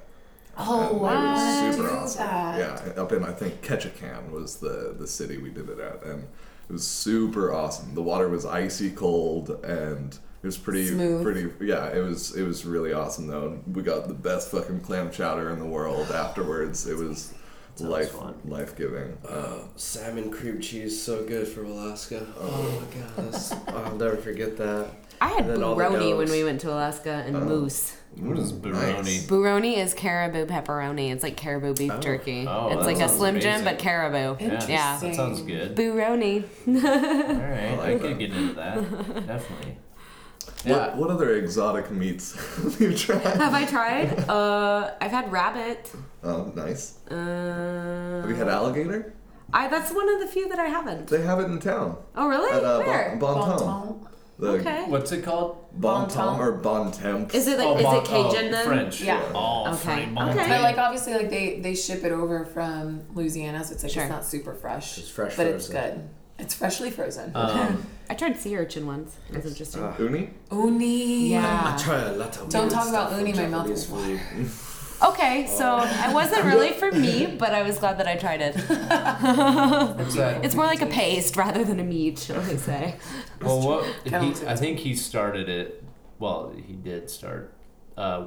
Oh and wow! It was Do super awesome. that. Yeah, up in I think Ketchikan was the the city we did it at, and it was super awesome. The water was icy cold, and it was pretty Smooth. pretty. Yeah, it was it was really awesome though. We got the best fucking clam chowder in the world afterwards. It was life fun. life giving. Uh, Salmon cream cheese, so good from Alaska. Oh my god, that's, I'll never forget that. I had And then all the buroni when goats. we went to Alaska and moose. What is Nice. Buroni is caribou pepperoni. It's like caribou beef jerky. Oh, it's that like a sounds Slim Jim, amazing. but caribou. Yeah, Yeah. that sounds good. Buroni. All right, I, like could that. get into that definitely. What, what other exotic meats have you tried? Have I tried? Uh, I've had rabbit. Oh, nice. Uh, Have you had alligator? I that's one of the few that I haven't. They have it in town. Oh really? At uh, Where? bon, bon Ton. Bon ton. The okay. What's it called? Bon Bon Ton Ton. or Bon Temp. Is it like oh, is bon- it Cajun oh, then? French. Yeah. Oh, Okay. French. Bon Okay. But Ton. like obviously, like they they ship it over from Louisiana, so it's like Sure. it's not super fresh. It's fresh but it's frozen. good. It's freshly frozen. Um, I tried sea urchin once. That's interesting. Uni? uni. yeah. Try a lot of Don't weird talk about stuff uni, from my mouth Japanese will food. Okay, so it wasn't really for me, but I was glad that I tried it. what's that? It's more like a paste rather than a meat, shall I say? Well, what he, Talented. I think he started it. Well, he did start. Uh,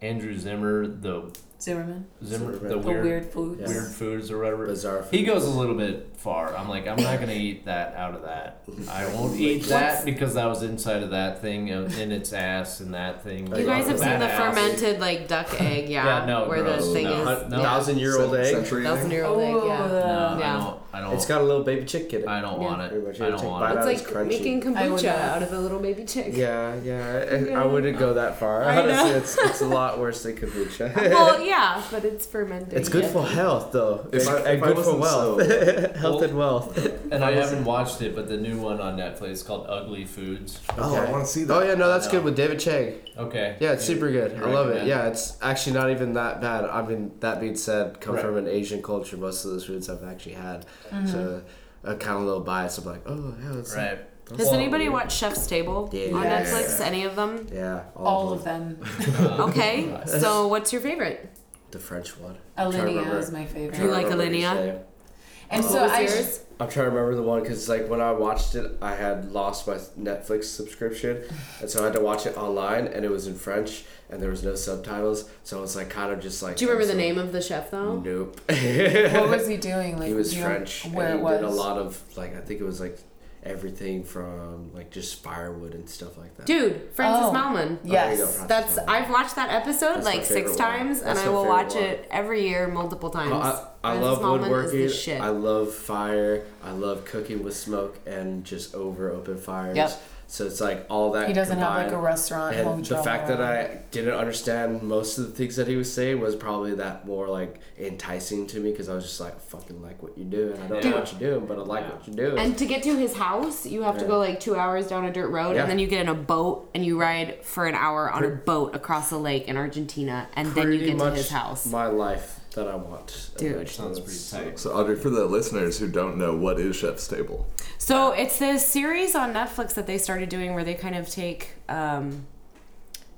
Andrew Zimmer, the Zimmerman. Zimmer, Zimmer, the the The weird, weird, weird, foods. Yeah. foods or whatever. Bizarre He food. goes a little bit far. I'm like, I'm not gonna eat that out of that. I won't eat that because that was inside of that thing uh, in its ass and that thing. You You guys have seen That the ass. fermented like duck egg, yeah, Yeah, no, where gross. the thing No, is hun- no, Thousand year old Cent- egg. Century thousand egg? year old egg, yeah. No, uh, Yeah. I don't. I It's don't. got a little baby chick in it. I don't want Pretty it. much I you don't take want bite it. out. It's That was like crunchy. making I would kombucha not. out of a little baby chick. Yeah, yeah. I, I wouldn't go that far. Honestly, it's, it's a lot worse than kombucha. Well, yeah, but it's fermented. It's good yeah. for health, though. If It's I- and if I good for wasn't wealth. health and wealth. And I haven't watched it, but the new one on Netflix is called Ugly Foods. Oh, I want to see that. Oh yeah, no, that's I good know. with David Chang. Okay. Yeah, it's super good. I love it. recommend? Yeah, it's actually not even that bad. I mean, that being said, come Right. from an Asian culture, most of those foods I've actually had, so Mm-hmm. i kind of a little biased. I'm like, oh yeah, it's Right. Has Well, anybody watched Chef's Table Yeah. on Yes. Netflix? Any of them? yeah, all, All of of them. uh, Okay, so what's your favorite? them. the French one. I'm trying to Alinea remember- is my favorite. trying to like remember his Alinea? name. and so What was I yours? I'm trying to remember the one because like when I watched it, I had lost my Netflix subscription, and so I had to watch it online, and it was in French, and there was no subtitles, so I was like kind of just like. Do you remember the so- name of the chef though? Nope. what was he doing? Like He was do you know French. Where and it he was. did a lot of like I think it was like everything from like just firewood and stuff like that. Dude, Francis Oh. Malman. Oh, there you go, Yes. Francis That's Malman. I've watched that episode That's my like six favorite one. times, and That's I my will favorite watch one. Oh, it every year multiple times. I, I Frances love Malman is the woodworking. shit. I love fire. I love cooking with smoke and just over open fires. Yep. So it's like all that. He doesn't have like combined. a restaurant. And the hotel, fact that or- I didn't understand most of the things that he was saying was probably that more like enticing to me because I was just like fucking like what you're doing. I don't Dude. know what you're doing, but I like what you're doing. And to get to his house, you have to go like two hours down a dirt road, Yeah. and then you get in a boat and you ride for an hour on a boat across a lake in Argentina, and then you Pretty get to much his house. My life that I want. Dude. Sounds pretty tight. So, Audrey, for the listeners who don't know, what is Chef's Table? So it's this series on Netflix that they started doing where they kind of take, um,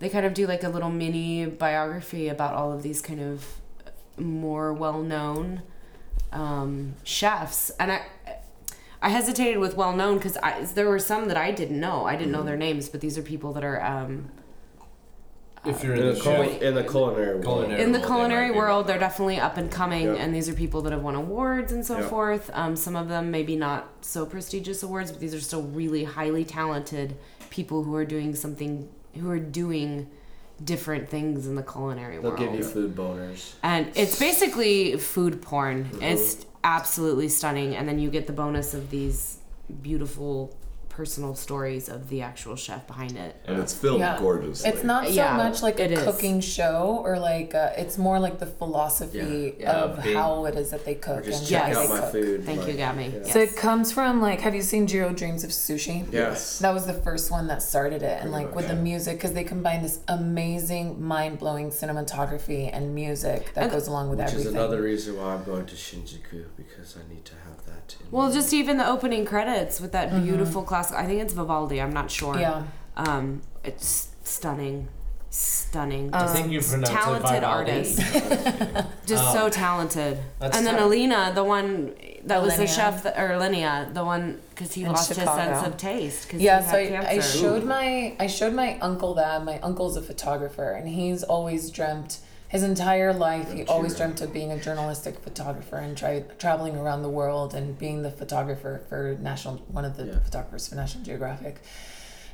they kind of do like a little mini biography about all of these kind of more well-known um, chefs, and I. I hesitated with well known because there were some that I didn't know. I didn't know their names, but these are people that are um, If you're In in the, the cul- show. in the culinary world. Culinary. in the world, they culinary might be. world, they're definitely up and coming, Yeah. and these are people that have won awards and so Yeah. forth. Um, some of them maybe not so prestigious awards, but these are still really highly talented people who are doing something, who are doing different things in the culinary They'll world. give you food boners. and it's basically food porn. It's absolutely stunning, and then you get the bonus of these beautiful personal stories of the actual chef behind it. and it's filmed Yeah. gorgeously. It's not so Yeah, much like it a is. cooking show or like uh it's more like the philosophy Yeah. Yeah, of big- how it is that they Or cook. just and check how check Yes. they out my cook. food. Thank you, like- Gabby. So it comes from like, have you seen Jiro Dreams of Sushi? Yes. That was the first one that started it, and like with the much. music, because they combine this amazing, mind-blowing cinematography and music that And- goes along with Which is everything. another reason why I'm going to Shinjuku because I need to have that. In Well, my- just even the opening credits with that beautiful classic. I think it's Vivaldi. I'm not sure. Mm-hmm. Yeah. Um, it's stunning, stunning. Uh, I think you pronounce it Um, talented Vivaldi. Um, artist. Just so talented. That's and then tough. Alina, the one that was the Alenia. chef, that, or Linnea, the one because he In lost his sense Chicago. of taste because yeah he so had I, I cancer. showed my i showed my uncle that my uncle's a photographer and he's always dreamt his entire life he always dreamt of being a journalistic photographer and tri- traveling around the world and being the photographer for national one of the Yeah. photographers for national geographic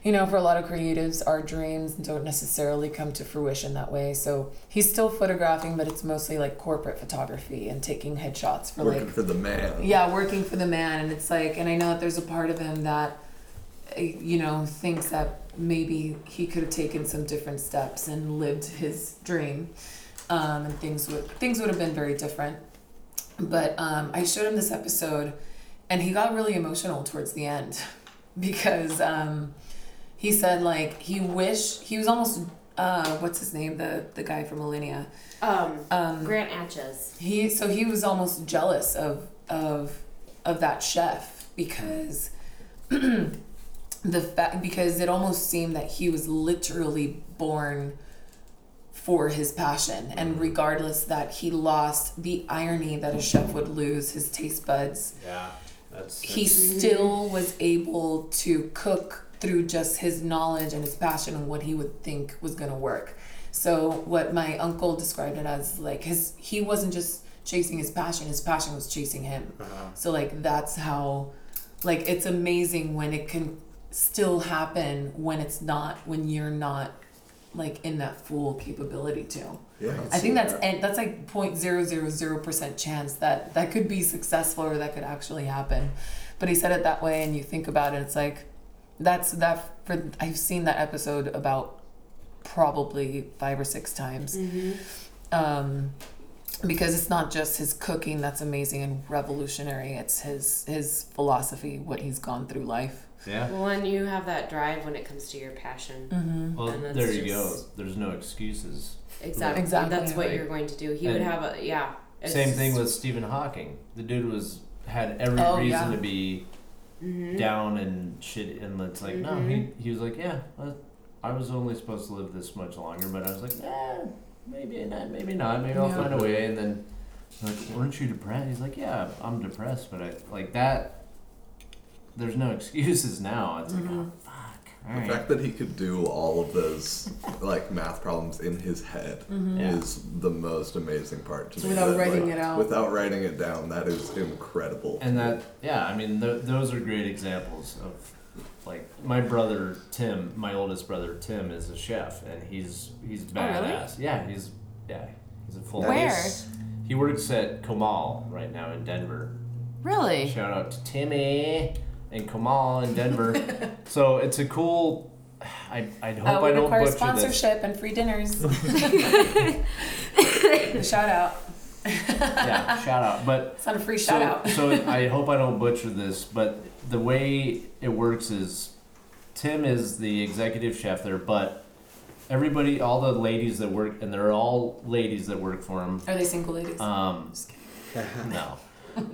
you know for a lot of creatives our dreams don't necessarily come to fruition that way so he's still photographing but it's mostly like corporate photography and taking headshots for working like for the man. yeah working for the man and it's like and i know that there's a part of him that uh, you know thinks that maybe he could have taken some different steps and lived his dream um, and things would things would have been very different but um, i showed him this episode and he got really emotional towards the end because um, he said like he wished he was almost uh, what's his name the the guy from millennia um, um, Grant Atches. he so he was almost jealous of of of that chef because the fact because it almost seemed that he was literally born for his passion and regardless that he lost the irony that a chef would lose his taste buds Yeah, that's. he still was able to cook through just his knowledge and his passion and what he would think was going to work so what my uncle described it as like his he wasn't just chasing his passion his passion was chasing him so like that's how like it's amazing when it can still happen when it's not when you're not like in that full capability too I think that's and that's like point zero zero zero percent chance that that could be successful or that could actually happen. But he said it that way, and you think about it, it's like that's that. For I've seen that episode about probably five or six times, Mm-hmm. um, because it's not just his cooking that's amazing and revolutionary. It's his his philosophy, what he's gone through life. Yeah. Well, and you have that drive when it comes to your passion. Well, And that's there you go. just- There's no excuses. Exactly. Exactly. That's what Right. you're going to do. He would And have a yeah. it's Same thing just- with Stephen Hawking. The dude was had every Oh, reason yeah. to be Mm-hmm. down and shit, and it's like no, he he was like yeah, I- I was only supposed to live this much longer, but I was like eh, maybe not, maybe not, maybe I'll Yeah. find a way, and then like weren't you depressed? He's like yeah, I'm depressed, but I like that. There's no excuses now. It's like oh fuck, all The right. fact that he could do all of those like math problems in his head Yeah. is the most amazing part to me. Mm-hmm. Without That, writing like, it out. Without writing it down, that is incredible. And that, yeah, I mean, th- those are great examples of, like, my brother Tim, my oldest brother Tim, is a chef, and he's he's really? badass. Yeah, he's yeah, he's a full. Where? He works at Kamal right now in Denver. Really? Shout out to Timmy and Kamal in Denver. so it's a cool. I I hope Oh, we I don't require butcher this. sponsorship and free dinners. Shout out. Yeah, shout out, but. It's not a free shout so, out. so I hope I don't butcher this, but the way it works is Tim is the executive chef there, but everybody, all the ladies that work, and they're all ladies that work for him. Are they single ladies? Uh, Um, Just kidding. no,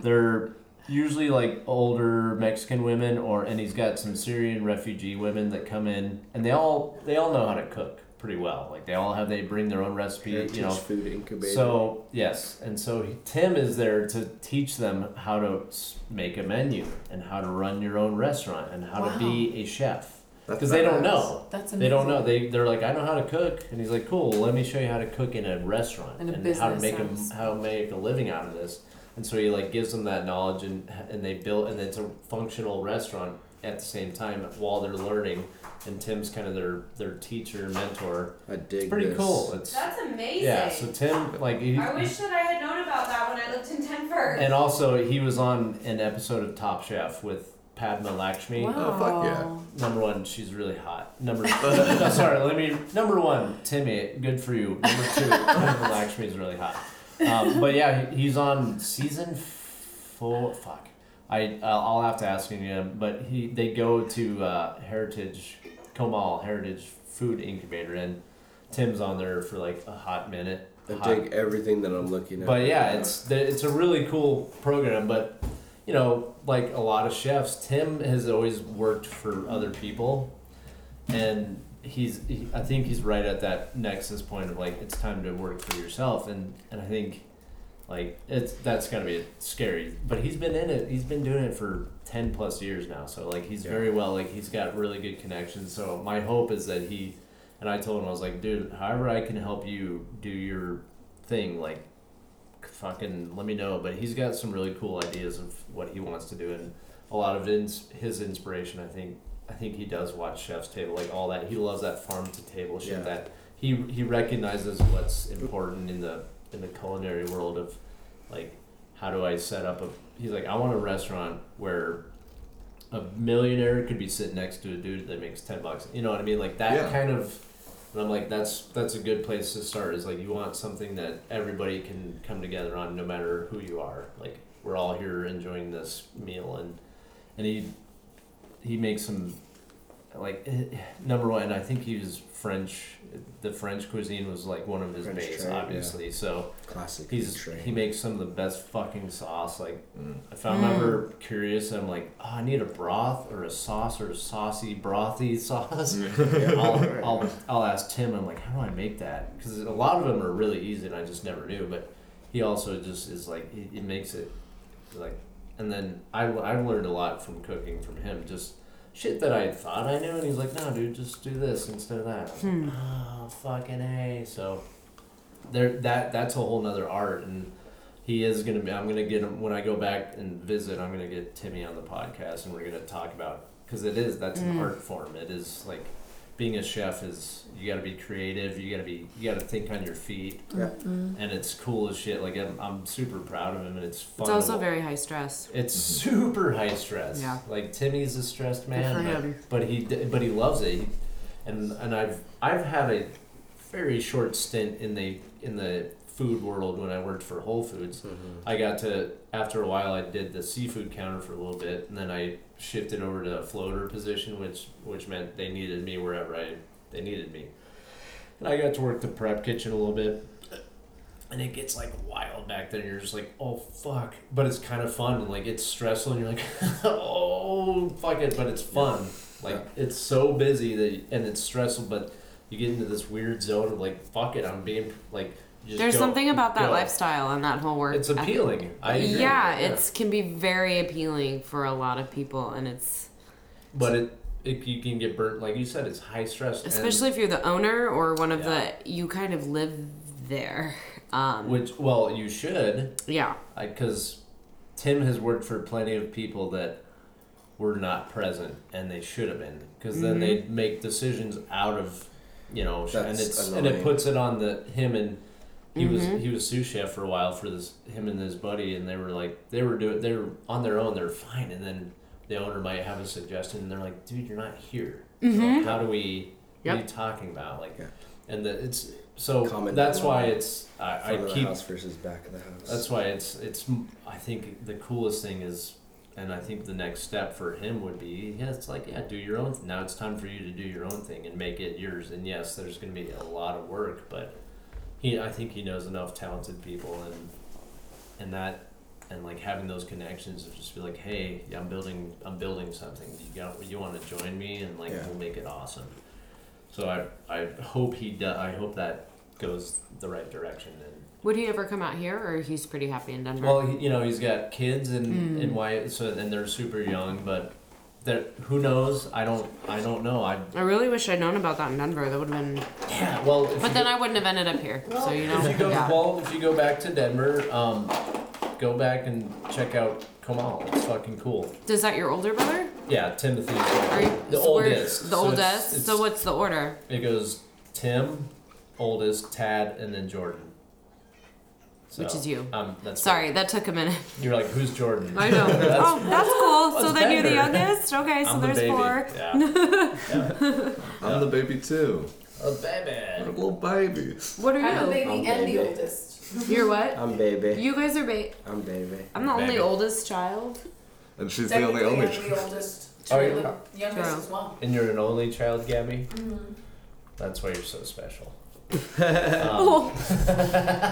they're usually like older Mexican women, or and he's got some Syrian refugee women that come in, and they all they all know how to cook pretty well. Like they all have they bring their own recipe, Heritage you know, food incubator. so yes, and so he- Tim is there to teach them how to s- make a menu and how to run your own restaurant and how to be a chef. That's because they don't badass. know. That's amazing. They don't know. They they're like, I know how to cook, and he's like, cool. well, let me show you how to cook in a restaurant In a and how to business make a, sense. how to make a living out of this. And so he like gives them that knowledge, and and they build, and it's a functional restaurant at the same time while they're learning. And Tim's kind of their their teacher mentor. I dig It's pretty this. cool. It's That's amazing. yeah. So Tim like he, I wish that I had known about that when I lived in Denver. and also he was on an episode of Top Chef with Padma Lakshmi. Wow. Oh, fuck yeah. Number one, she's really hot. Number no, sorry, let me. Number one, Timmy, good for you. Number two, Michael Lakshmi's really hot. Um, but yeah, he- he's on season four. Fuck, I uh, I'll have to ask him. But he they go to uh, Heritage Comal Heritage Food Incubator, and Tim's on there for like a hot minute. I Hot dig everything that I'm looking at. but right yeah, now. it's the- it's a really cool program. But you know, like a lot of chefs, Tim has always worked for other people, and he's he, I think he's right at that nexus point of like it's time to work for yourself, and and I think like it's that's gonna be scary. But he's been in it. He's been doing it for ten plus years now. So like he's very well. Like he's got really good connections. So my hope is that he. And I told him I was like, dude, however I can help you do your thing, like fucking let me know. But he's got some really cool ideas of what he wants to do, and a lot of ins- his inspiration. I think I think he does watch Chef's Table, like all that. He loves that farm to table shit. Yeah. That he he recognizes what's important in the in the culinary world of like how do I set up a. He's like I want a restaurant where. A millionaire could be sitting next to a dude that makes ten bucks. You know what I mean? Like that Yeah. kind of and I'm like, that's that's a good place to start. Is like you want something that everybody can come together on, no matter who you are. Like we're all here enjoying this meal, and and he he makes some like eh, number one. I think he was French. The French cuisine was like one of his French base, trait, yeah. obviously. So classic. he's train. he makes some of the best fucking sauce. Like Mm. if I'm ever curious, I'm like, oh, I need a broth or a sauce or a saucy brothy sauce. I'll, I'll, I'll ask Tim. I'm like, how do I make that? Because a lot of them are really easy, and I just never knew. But he also just is like, he, he makes it like, and then I I learned a lot from cooking from him. Just shit that I thought I knew, and he's like, no, dude, just do this instead of that. I'm like, oh, fucking a. So there, that that's a whole nother art, and he is gonna be. I'm gonna get him when I go back and visit. I'm gonna get Timmy on the podcast, and we're gonna talk about because it is that's Mm. an art form. It is like being a chef is you got to be creative. You got to be you got to think on your feet, Yeah. Mm. and it's cool as shit. Like I'm, I'm super proud of him, and it's fun. It's to also wa- very high stress. it's super high stress. Yeah. Like Timmy's a stressed for man, him. but, but he d- but he loves it. He, and and I've I've had a very short stint in the in the food world when I worked for Whole Foods. Mm-hmm. I got to after a while I did the seafood counter for a little bit and then I shifted over to a floater position which which meant they needed me wherever I they needed me. And I got to work the prep kitchen a little bit. And it gets like wild back there. You're just like, oh fuck, but it's kind of fun. And like it's stressful, and you're like, oh fuck it, but it's fun. Like it's so busy that and it's stressful, but you get into this weird zone of like, fuck it, I'm being like. you Just There's go- something about that go. lifestyle and that whole work. It's ethic. appealing. I agree. yeah, it's can be very appealing for a lot of people, and it's but it, it you can get burnt like you said. It's high stress, and- especially if you're the owner or one of Yeah. the you kind of live there. Um, which well you should yeah, because Tim has worked for plenty of people that were not present and they should have been because then they make decisions out of you know sh- and That's it's and it annoying. puts it on the him and he was he was sous chef for a while for this him and his buddy and they were like they were doing they were on their own they're fine and then the owner might have a suggestion and they're like dude you're not here so how do we what are you Yep. talking about like Yeah. and the, it's so Common that's why denominator. it's I, I Front of the keep house versus back of the house. that's why it's it's. I think the coolest thing is, and I think the next step for him would be, yeah, it's like, yeah, do your own. Now it's time for you to do your own thing and make it yours. And yes, there's going to be a lot of work, but he, I think he knows enough talented people, and and that, and like having those connections of just be like, hey, yeah, I'm building, I'm building something. Do you got, you want to join me, and like Yeah. we'll make it awesome. So I, I hope he, do, I hope that goes the right direction and. would he ever come out here, or he's pretty happy in Denver? Hmm. Well, he- you know, he's got kids and and why so and they're super young, but there, who knows? I don't. I don't know. I. I really wish I'd known about that in Denver. That would have been. Yeah. Well. If But you then go- I wouldn't have ended up here. Well, so you know. If you go, yeah. well, if you go back to Denver, um, go back and check out Kamal. It's fucking cool. Is that your older brother? Yeah, Timothy. Are you, the so we're- oldest. The So it's- oldest. it's- so what's the order? It goes Tim, oldest, Tad, and then Jordan. So, Which is you. Um, that's Sorry, that took a minute. You're like, who's Jordan? I know. oh, that's cool. Well, so it's then you're the Denver. youngest. Okay, so I'm the there's baby. Yeah. four. I'm the baby too. oh, I'm a baby. little baby. What I'm the are you? baby I'm and baby. the oldest. You're what? I'm baby. You guys are ba- I'm baby. I'm the only Baby. oldest child. And she's the only Technically, only. I'm the oldest. Oh, True, you the youngest True. as well. And you're an only child, Gabby. That's why you're so special. Um, Oh.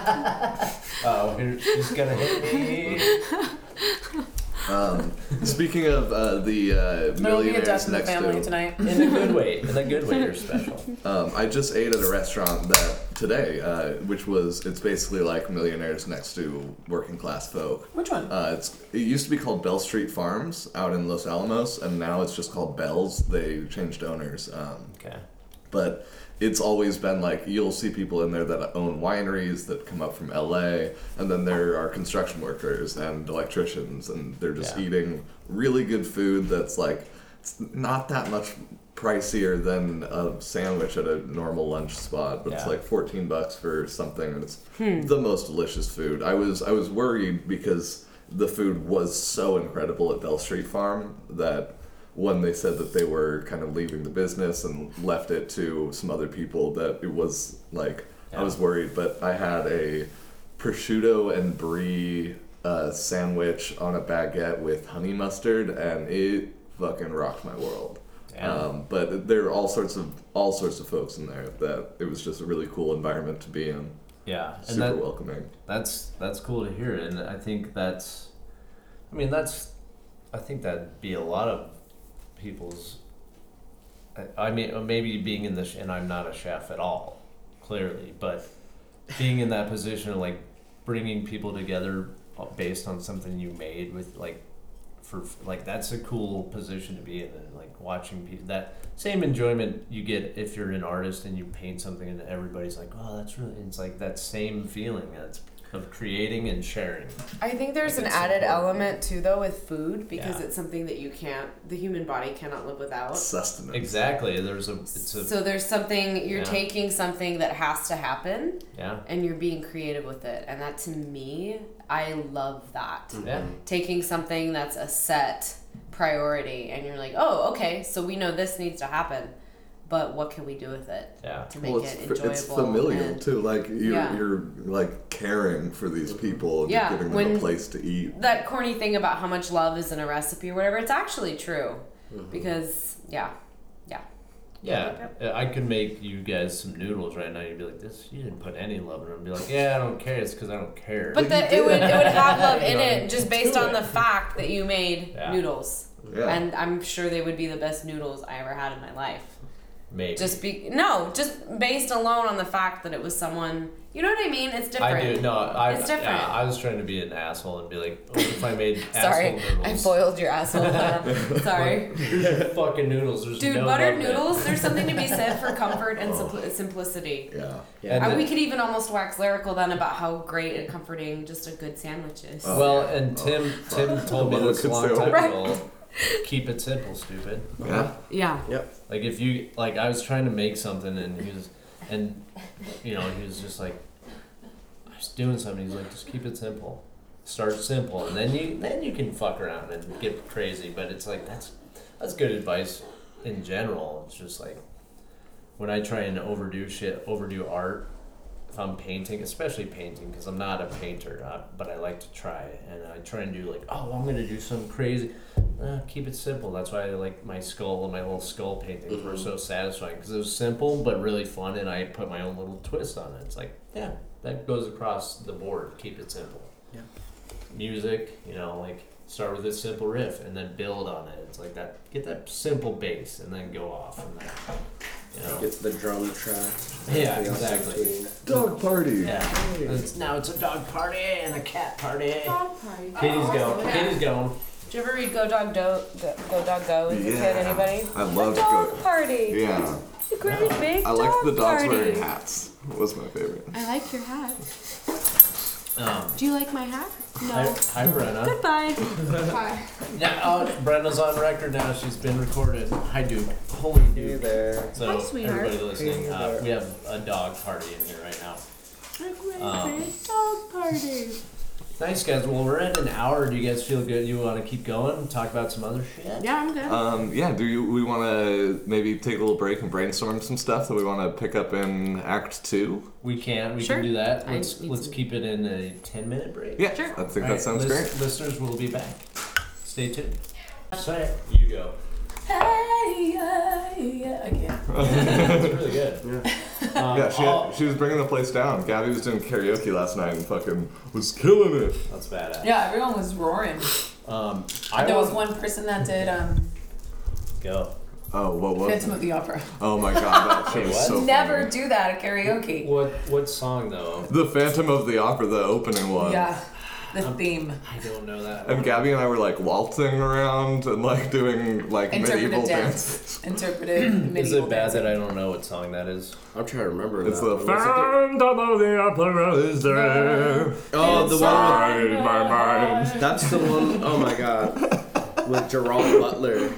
Oh, here- she's gonna hit me. Um, speaking of uh, the uh, There will be a millionaires death in the next family to, tonight. In a good way. In a good way, you're special. um, I just ate at a restaurant that today, uh, which was it's basically like millionaires next to working class folk. Which one? Uh, it's, it used to be called Bell Street Farms out in Los Alamos, and now it's just called Bell's. They changed owners. Um, Okay. but it's always been like you'll see people in there that own wineries that come up from LA, and then there are construction workers and electricians, and they're just Yeah. eating really good food that's like it's not that much pricier than a sandwich at a normal lunch spot, but it's Yeah. like 14 bucks for something, and it's the most delicious food. I was I was worried because the food was so incredible at Bell Street Farm that when they said that they were kind of leaving the business and left it to some other people that it was like I was worried, but I had a prosciutto and brie uh, sandwich on a baguette with honey mustard, and it fucking rocked my world. Yeah. Um, but there are all sorts of all sorts of folks in there that it was just a really cool environment to be in. Yeah. And Super that, welcoming. that's that's cool to hear and i think that's i mean that's i think that'd be a lot of people's i, I mean or maybe being in this and i'm not a chef at all clearly but being in that position of like bringing people together uh, based on something you made with like for like that's a cool position to be in and like watching people that same enjoyment you get if you're an artist and you paint something and everybody's like oh that's really it's like that same feeling that's of creating and sharing I think there's Like an it's added important. element too, though, with food because Yeah. it's something that you can't, the human body cannot live without. Sustenance. exactly there's a it's a So there's something, you're Yeah. taking something that has to happen yeah and you're being creative with it. And that to me, I love that. yeah Taking something that's a set priority and you're like, oh, okay, so we know this needs to happen, but what can we do with it yeah to make well, it's, it fa- enjoyable? it's familial and- too. Like you're, Yeah. you're like caring for these Mm-hmm. people and Yeah, giving them when- a place to eat. that corny thing about how much love is in a recipe or whatever, it's actually true. Mm-hmm. Because, yeah, yeah. yeah i could make you guys some noodles right now you'd be like this you didn't put any love in them I'd be like yeah i don't care it's because i don't care But that it would it would have love in You it know, just based do on it. the fact that you made Yeah. noodles, Yeah. and I'm sure they would be the best noodles I ever had in my life. maybe Just be no, just based alone on the fact that it was someone. You know what I mean? It's different. I do no. I, It's different. Yeah, I was trying to be an asshole and be like, what if I made Sorry, asshole I noodles? boiled your asshole. now. uh, Sorry. fucking noodles. There's Dude, no buttered love in it. noodles, there's something to be said for comfort and simpli- simplicity. yeah. And Uh, the- we could even almost wax lyrical then about how great and comforting just a good sandwich is. Oh, Well, and Tim Tim told me Well, this a it's long so- time Right. ago. Keep it simple, stupid. Yeah. yeah. Like if you like, I was trying to make something, and he was, and you know, he was just like, I was doing something. He's like, just keep it simple, start simple, and then you then you can fuck around and get crazy. But it's like that's that's good advice in general. It's just like when I try and overdo shit, overdo art. If I'm painting, especially painting, because I'm not a painter, uh, but I like to try, and I try and do like, oh, I'm gonna do some crazy. Uh, keep it simple. That's why I like my skull and my little skull paintings were so satisfying because it was simple but really fun, and I put my own little twist on it. It's like, yeah, that goes across the board. Keep it simple. Yeah. Music, you know, like start with a simple riff and then build on it. It's like that. Get that simple bass and then go off. And then, you know. It's the drum track. Yeah, Everything else in exactly. between. Dog party. Yeah. Oh, Oh, It's, now it's a dog party and a cat party. Kitty's going. Kitty's going. Did you ever read Go Dog Go? Go, Go Dog Go as a Yeah. kid? Anybody? I loved the dog Go- party. Yeah. The great big I dog liked the dogs party. wearing hats. Was my favorite. I like your hat. Um, Do you like my hat? hi, No. hi, Brenna. Goodbye. Hi. Now, oh, Brenna's on record now. She's been recorded. Hi, Duke. Holy Hey Duke. there. So Hi, sweetheart. everybody listening, Hey, uh, there. we have a dog party in here right now. A great Um, big dog party. Thanks, guys. Well, we're at an hour. Do you guys feel good? You want to keep going? Talk about some other shit? Yeah, I'm good. Um, yeah, do you, we want to maybe take a little break and brainstorm some stuff that we want to pick up in Act Two? We can. We Sure. can do that. I Let's need let's some- keep it in a ten minute break. Yeah, Sure. I think All that right, sounds lis- great. Listeners, we'll be back. Stay tuned. Say it. You go. Hey, yeah, yeah, again. That's really good. Um, Yeah, she, all- had, she was bringing the place down. Gabby was doing karaoke last night and fucking was killing it. that's badass. Yeah, everyone was roaring. Um, I there was want- one person that did um, Go. Oh, what was? Phantom of the Opera. Oh my god, that shit Wait, was what? so Never funny. do that at karaoke. What what song though? The Phantom of the Opera, the opening one. Yeah, the theme. I don't know that. And Gabby and I were like waltzing around and like doing like medieval Interpretive dances. dance. Interpretive Is medieval it bad dance. that I don't know what song that is? I'm trying to remember. It's that the one. Phantom of the Opera is there. Oh, the one. Inside my mind. With, that's the one oh my god. With Gerald Butler.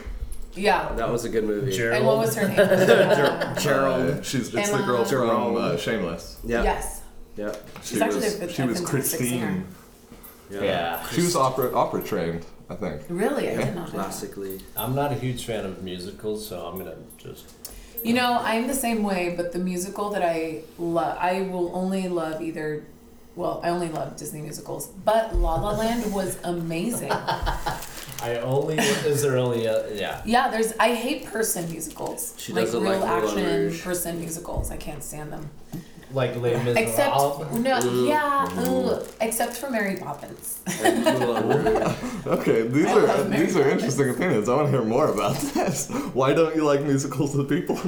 Yeah. That was a good movie. And what was her name? Uh, Gerald. Uh, she's it's the Emma. girl from Jerome. uh, Shameless. Yep. Yes. Yep. She's she actually was, a bit- she a was fantastic singer. Christine. Yeah. She was opera opera trained, I think. Really? I did not know. that. Classically. I'm not a huge fan of musicals, so I'm gonna just You know, I'm the same way, but the musical that I love, I will only love either. Well, I only love Disney musicals, but La La Land was amazing. I only is there only a, yeah. Yeah, there's. I hate person musicals. She like doesn't real like Moulin action Rouge. person musicals. I can't stand them. Like Les Mis. Except Miserables. no, yeah, Mm. ooh, except for Mary Poppins. And Moulin Rouge. Okay, these I are love Mary these are interesting opinions. I want to hear more about this. Why don't you like musicals with people?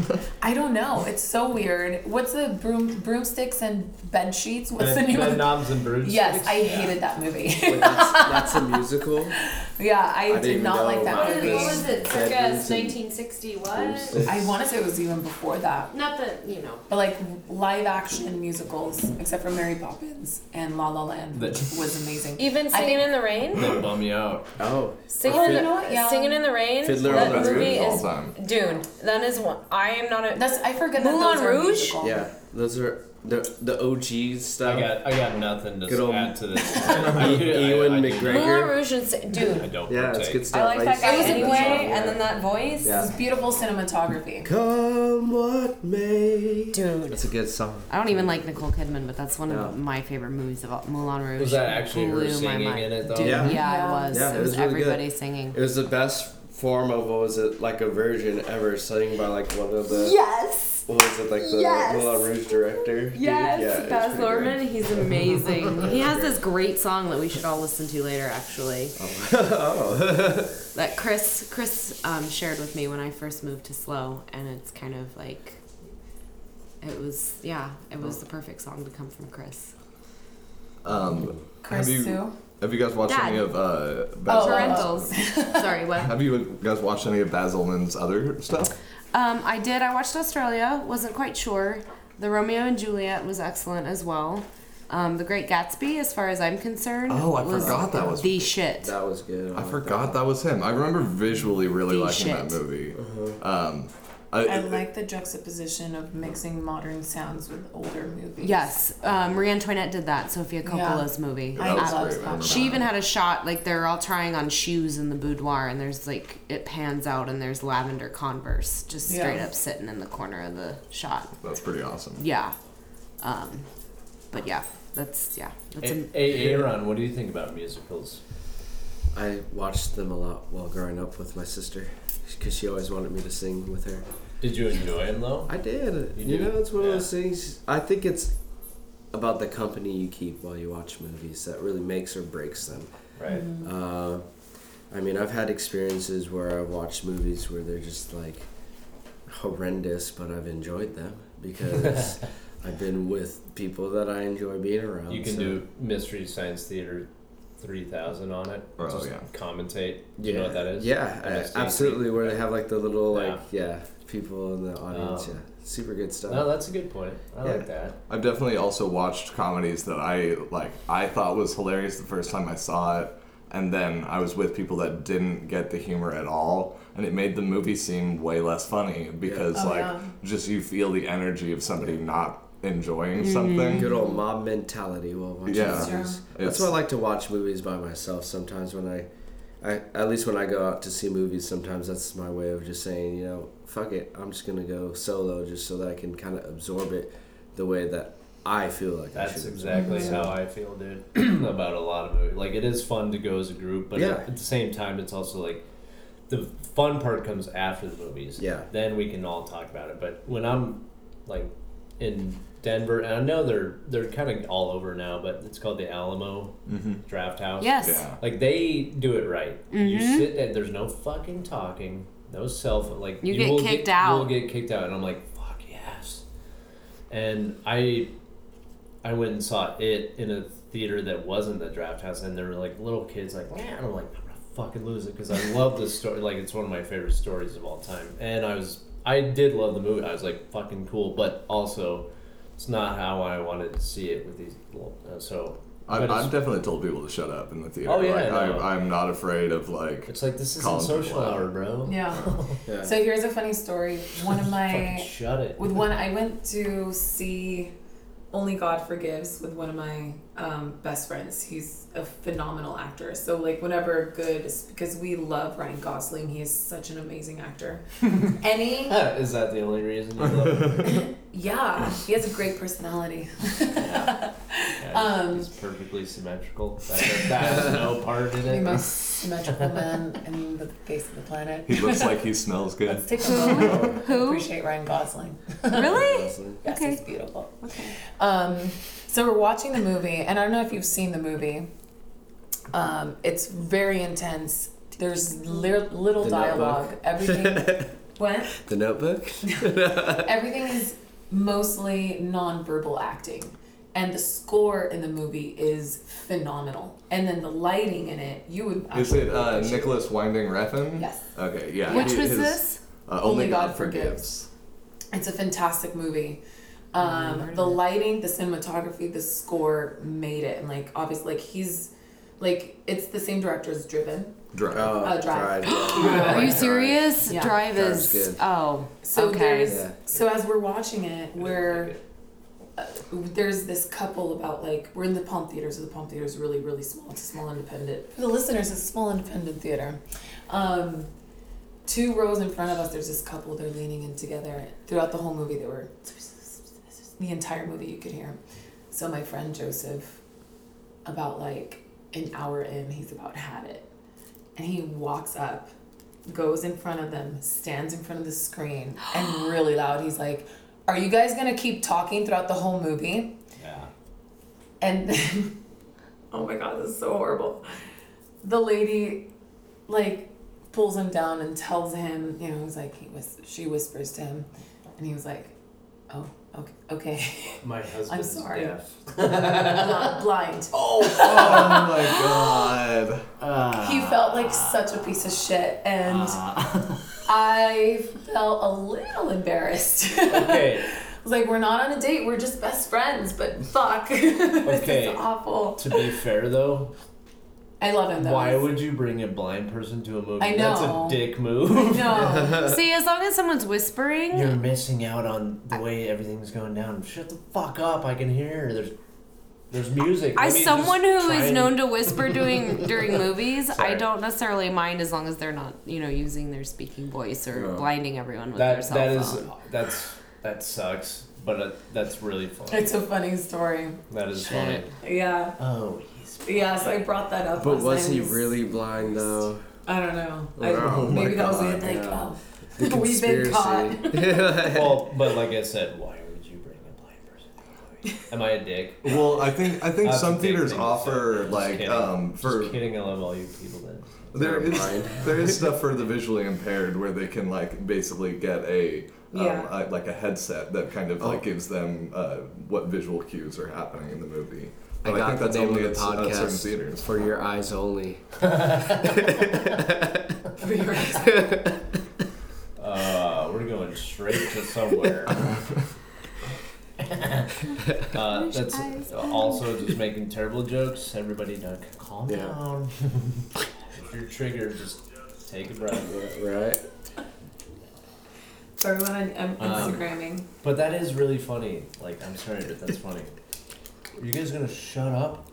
I don't know. It's so weird. What's the broom broomsticks and bed sheets? What's the Bed- new Bed one? knobs and broomsticks. Yes, I Yeah. hated that movie. Wait, that's, that's a musical. yeah, I, didn't did even not know like about that it. What, is, what movie. was it? Circa Bedrooms and- 1960. What? Broomsticks. I want to say it was even before that. Not that you know. But like live action musicals, except for Mary Poppins and La La Land, which was amazing. Even I Singing think- in the Rain? They bum me out. Oh. Singing, Oh, in, you the, know what? Yeah. Singing in the Rain? Fiddler on that the Roof movie all is time. Dune. That is one. I am not a. That's I forget Moulin that those Rouge? are musical. Yeah. Those are the the OGs I stuff. E, got I got nothing to Good old add to this. E- Ewan I- I- McGregor. Moulin Rouge and Sa- I Dune. don't Yeah, it's partake. good I stuff. like that used to- guy It was a anyway, good song, and then that voice. Yeah. It's beautiful cinematography. Come what may. Dude. That's a good song. I don't even like Nicole Kidman, but that's one of Yeah. my favorite movies of all, Moulin Rouge. Was that actually her Blew my singing mind. in it, though? Dude, Yeah. yeah, Yeah. it was. Yeah, it, it was, was really good. everybody singing. It was the best form of what was it like a version ever sung by like one of the Yes! what was it like the Yes. Moulin Rouge director? dude? Yes, it was Baz pretty great. Luhrmann, he's amazing. he has this great song that we should all listen to later, actually. Oh. that Chris Chris um, shared with me when I first moved to Slow, and it's kind of like it was yeah, it Oh. was the perfect song to come from Chris. Um, Chris have you Sue. have you guys watched Dad. any of uh, Oh, Basil? Parentals. Sorry, what? Have you guys watched any of Basilman's other stuff? Um, I did. I watched Australia. Wasn't quite sure. The Romeo and Juliet was excellent as well. Um, the Great Gatsby, as far as I'm concerned, Oh, I was forgot that was- the shit. That was good. I forgot that was him. I remember visually really The liking that shit. movie. Uh-huh. Um, I, I like the juxtaposition of mixing modern sounds with older movies. Yes, um, Marie Antoinette did that. Sophia Coppola's movie. Uh, I that was love great. I that. remember She that. even had a shot like they're all trying on shoes in the boudoir, and there's like it pans out, and there's lavender Converse just Yeah. straight up sitting in the corner of the shot. That's pretty awesome. Yeah, um, but yeah, that's yeah, that's a, A- A- Aaron, what do you think about musicals? I watched them a lot while growing up with my sister because she always wanted me to sing with her. Did you enjoy them though? I did. You You, did? know, it's one Yeah. of those things. I think it's about the company you keep while you watch movies that really makes or breaks them. Right. Uh, I mean, I've had experiences where I've watched movies where they're just like horrendous, but I've enjoyed them because I've been with people that I enjoy being around. You can so- do Mystery Science Theater three thousand on it. Oh, just yeah. commentate. Do you know what that is? Yeah, I just uh, think- absolutely. Where they have like the little like yeah people in the audience. Um, yeah, super good stuff. No, that's a good point. I like that. I've definitely also watched comedies that I like I thought was hilarious the first time I saw it and then I was with people that didn't get the humor at all and it made the movie seem way less funny because Oh, like yeah. just you feel the energy of somebody not enjoying something. Good old mob mentality while watching Yeah. movies. It's- That's why I like to watch movies by myself sometimes when I, I at least when I go out to see movies sometimes that's my way of just saying, you know, fuck it, I'm just gonna go solo just so that I can kinda absorb it the way that I feel like I That's should exactly how I feel, dude. about a lot of movies. Like it is fun to go as a group, but Yeah. at, at the same time, it's also like the fun part comes after the movies. Yeah. Then we can all talk about it. But when I'm like in Denver, and I know they're they're kind of all over now, but it's called the Alamo Mm-hmm. Draft House. Yes. Yeah. Like they do it right. You Mm-hmm. sit there. There's no fucking talking. No cell phone. Like You get will kicked get, out. You'll get kicked out, and I'm like, fuck yes. And I, I went and saw it in a theater that wasn't the draft house, and there were like little kids like, man, I'm like, I'm gonna fucking lose it because I love this story. Like it's one of my favorite stories of all time, and I was, I did love the movie. I was like, fucking cool, but also. It's not how I wanted to see it with these little. Uh, so, I've, but it's- I've definitely told people to shut up in the theater. Oh, yeah, like, no. I, I'm not afraid of like It's like this isn't Colin social Powell. hour, bro. Yeah. Yeah. So here's a funny story. One of Fucking my shut it. with one I went to see Only God Forgives with one of my um, best friends. He's a phenomenal actor. So like whenever good because we love Ryan Gosling. He is such an amazing actor. Any Is that the only reason you love him? yeah, he has a great personality. Yeah, Um, he's perfectly symmetrical. That, that, has no part in The it. most symmetrical man in the face of the planet. he looks like he smells good. Let's take a moment. Who? Appreciate Ryan Gosling. Really? Yes, Okay. he's beautiful. Okay. Um, so we're watching the movie, and I don't know if you've seen the movie. Um, it's very intense. There's li- little The dialogue. Everything. what? The Notebook. Everything is mostly non-verbal acting, and the score in the movie is phenomenal. And then the lighting in it, you would. Is it uh, actually- Nicholas Winding Refn? Yes. Okay, yeah. Which he- was his, this? Uh, Only, Only God, God forgives. It's a fantastic movie. Um, the lighting, the cinematography, the score made it, and like obviously, like he's like it's the same director as Driven. Drive. Oh, Uh, Drive. Are you serious? Yeah. Drive Drive's is good. oh So okay. there's Yeah. so as we're watching it, we're uh, there's this couple about like we're in the Palm Theater, so the Palm Theater is really really small. It's a small independent. For the listeners, it's a small independent theater. Um, two rows in front of us, there's this couple. They're leaning in together throughout the whole movie. They were the entire movie you could hear. 'em. So my friend Joseph, about like an hour in, he's about had it, and he walks up goes in front of them, stands in front of the screen, and really loud, he's like, Are you guys gonna keep talking throughout the whole movie? Yeah. And then, oh my god, this is so horrible. The lady, like, pulls him down and tells him, you know, he's like, he was, she whispers to him, and he was like, Oh, okay, okay. My husband's sorry. deaf. Bl- blind. oh my god. He felt like such a piece of shit, and Ah. I felt a little embarrassed. Okay, It's like we're not on a date, we're just best friends, but fuck. this Okay. is awful. to be fair though, I love him though. why would you bring a blind person to a movie? I know. That's a dick move. No. Uh, See, as long as someone's whispering, You're missing out on the way everything's going down. Shut the fuck up! I can hear. There's, there's music. As Maybe just someone who try is and- known to whisper during during movies, I Sorry. don't necessarily mind as long as they're not, you know, using their speaking voice or blinding everyone with their that cell that is phone. that's that sucks, but uh, that's really fun. it's a funny story. That is funny. Shit. Yeah. Oh, he's Yeah, so I brought that up. But last was night. he really blind though? I don't know. I, Oh my maybe that was it. God, Like, yeah. oh, we've been caught. Conspiracy. well, but like I said, why would you bring a blind person? to a movie? Am I a dick? Well, I think I think I have some to dig theaters things offer up. Just like kidding. um for Just kidding. I love all you people. Then. there Never is mind. there is stuff for the visually impaired where they can like basically get a. Um, Yeah. a- like a headset that kind of like Oh. gives them uh, what visual cues are happening in the movie. Oh, I But got think that's the name only of at the s- at certain podcast theaters. for your eyes only. Uh, we're going straight to somewhere. uh, that's also just making terrible jokes. Everybody, duck. Calm Yeah. down. if you're triggered, just take a breath. Right? Sorry, when I'm, I'm Um, Instagramming. But that is really funny. Like, I'm sorry, but that's funny. Are you guys gonna shut up?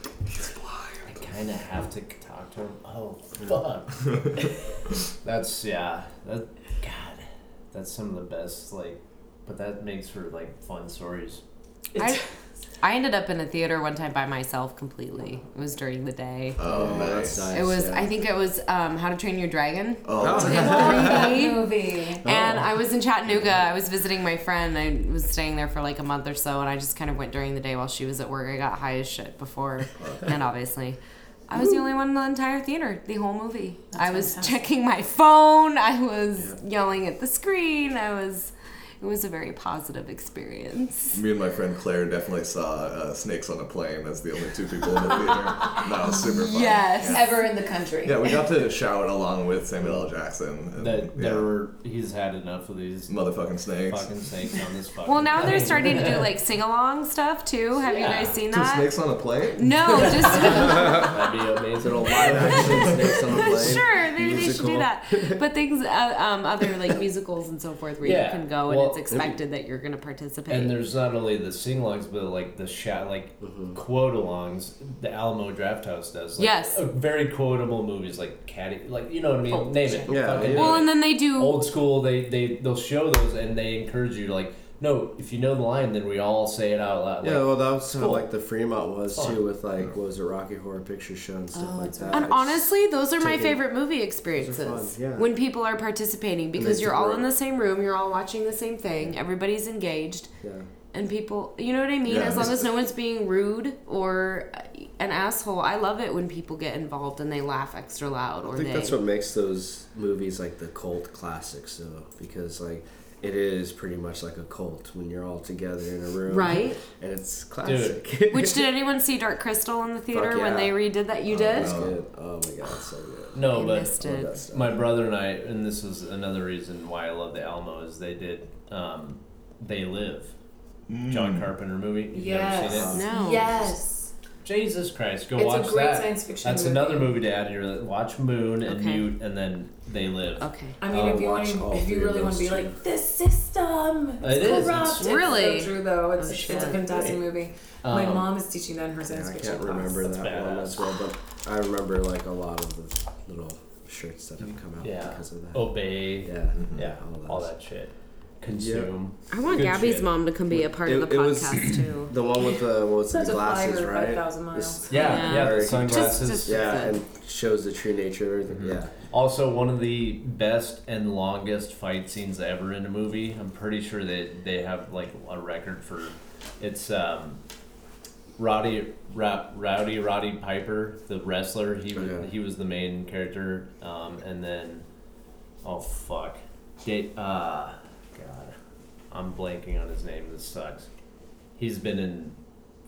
I kind of have to talk to him. Oh, fuck. that's yeah. That God, that's some of the best. Like, but that makes for like fun stories. I, I ended up in a theater one time by myself completely. It was during the day. Oh, Yeah, nice. that's nice. It was. yeah. I think it was um, How to Train Your Dragon. Oh, It that's- was in That 3D. movie. And I was in Chattanooga. I was visiting my friend. I was staying there for like a month or so, and I just kind of went during the day while she was at work. I got high as shit before, and obviously, I was the only one in the entire theater, the whole movie. I was fantastic. checking my phone. I was yelling at the screen. I was. It was a very positive experience. Me and my friend Claire definitely saw uh, Snakes on a Plane as the only two people in the theater. That was super fun. Yes. Ever in the country. Yeah, we got to shout along with Samuel L. Jackson. And, That Um, yeah, there were. He's had enough of these motherfucking snakes. fucking snakes on this fucking. Well, now they're plane. starting to do like sing along stuff too. Have you guys seen Two that? snakes on a plane? No, just That'd be amazing. Little live action snakes on a plane. sure. Maybe they should musical. do that. But things, uh, um, other like musicals and so forth, where Yeah, you can go well, and it's expected that you're going to participate. And there's not only the sing-alongs, but like the shout, like Mm-hmm. quote-alongs. The Alamo Drafthouse does. Like, Yes. uh, Very quotable movies like Caddy, like you know what I mean. Oh, Name it. yeah. Fucking Yeah. name well, it. and then they do. old school. They they they'll show those and they encourage you to like. No, if you know the line, then we all say it out loud. Like, Yeah, well, that was how Cool. like Mm. the Fremont was Fun. too, with like what was it, Rocky Horror Picture Show and stuff Oh, like that's that. and It's- honestly, those are my Take it. favorite movie experiences. fun, yeah. When people are participating, because they you're all grow. in the same room, you're all watching the same thing, everybody's engaged, yeah, and people, you know what I mean? Yeah. As long as no one's being rude or uh, an asshole, I love it when people get involved and they laugh extra loud or I think they. that's what makes those movies like the cult classics, though, because like it is pretty much like a cult when you're all together in a room, Right. And it's classic. Which did anyone see Dark Crystal in the theater when yeah. they redid that? You oh, did. It's good. Oh my god, it's so good. no, I but missed Love it. that stuff. my brother and I, and this is another reason why I love the Alamo is they did. Um, they live. Mm. John Carpenter movie. You've never seen it? Yes. No. Yes. Jesus Christ, go It's a watch great that. science fiction That's movie. another movie to add to your watch Moon and Okay. Mute, and then They Live. Okay. I mean, I'll if you watch all want, if you three of really want to those be too. like this system, It is, it's- corrupt. It's Really? so true though. It's, Oh, it's shit. a fantastic movie. My Um, mom is teaching that in her science Yeah, I fiction can't class. remember That's that one badass. as well, but I remember like a lot of the little shirts that have come out Yeah. because of that. Obey. Yeah, Yeah. all all that. that shit. Consume. I want Good Gabby's shit. mom to come be a part It- of the it was- podcast too. The one with the what was it, Such the a flyer, glasses, right? 5,000 This- miles. Yeah, yeah, Yeah. the Just- sunglasses. just- Yeah, and shows the true nature of everything. Yeah. also, one of the best and longest fight scenes ever in a movie. I'm pretty sure that they have like a record for. It's um, Roddy Ra- Rowdy Roddy Piper, the wrestler. He was Okay. he was the main character, um, and then oh fuck, Da- uh, God, I'm blanking on his name. This sucks. He's been in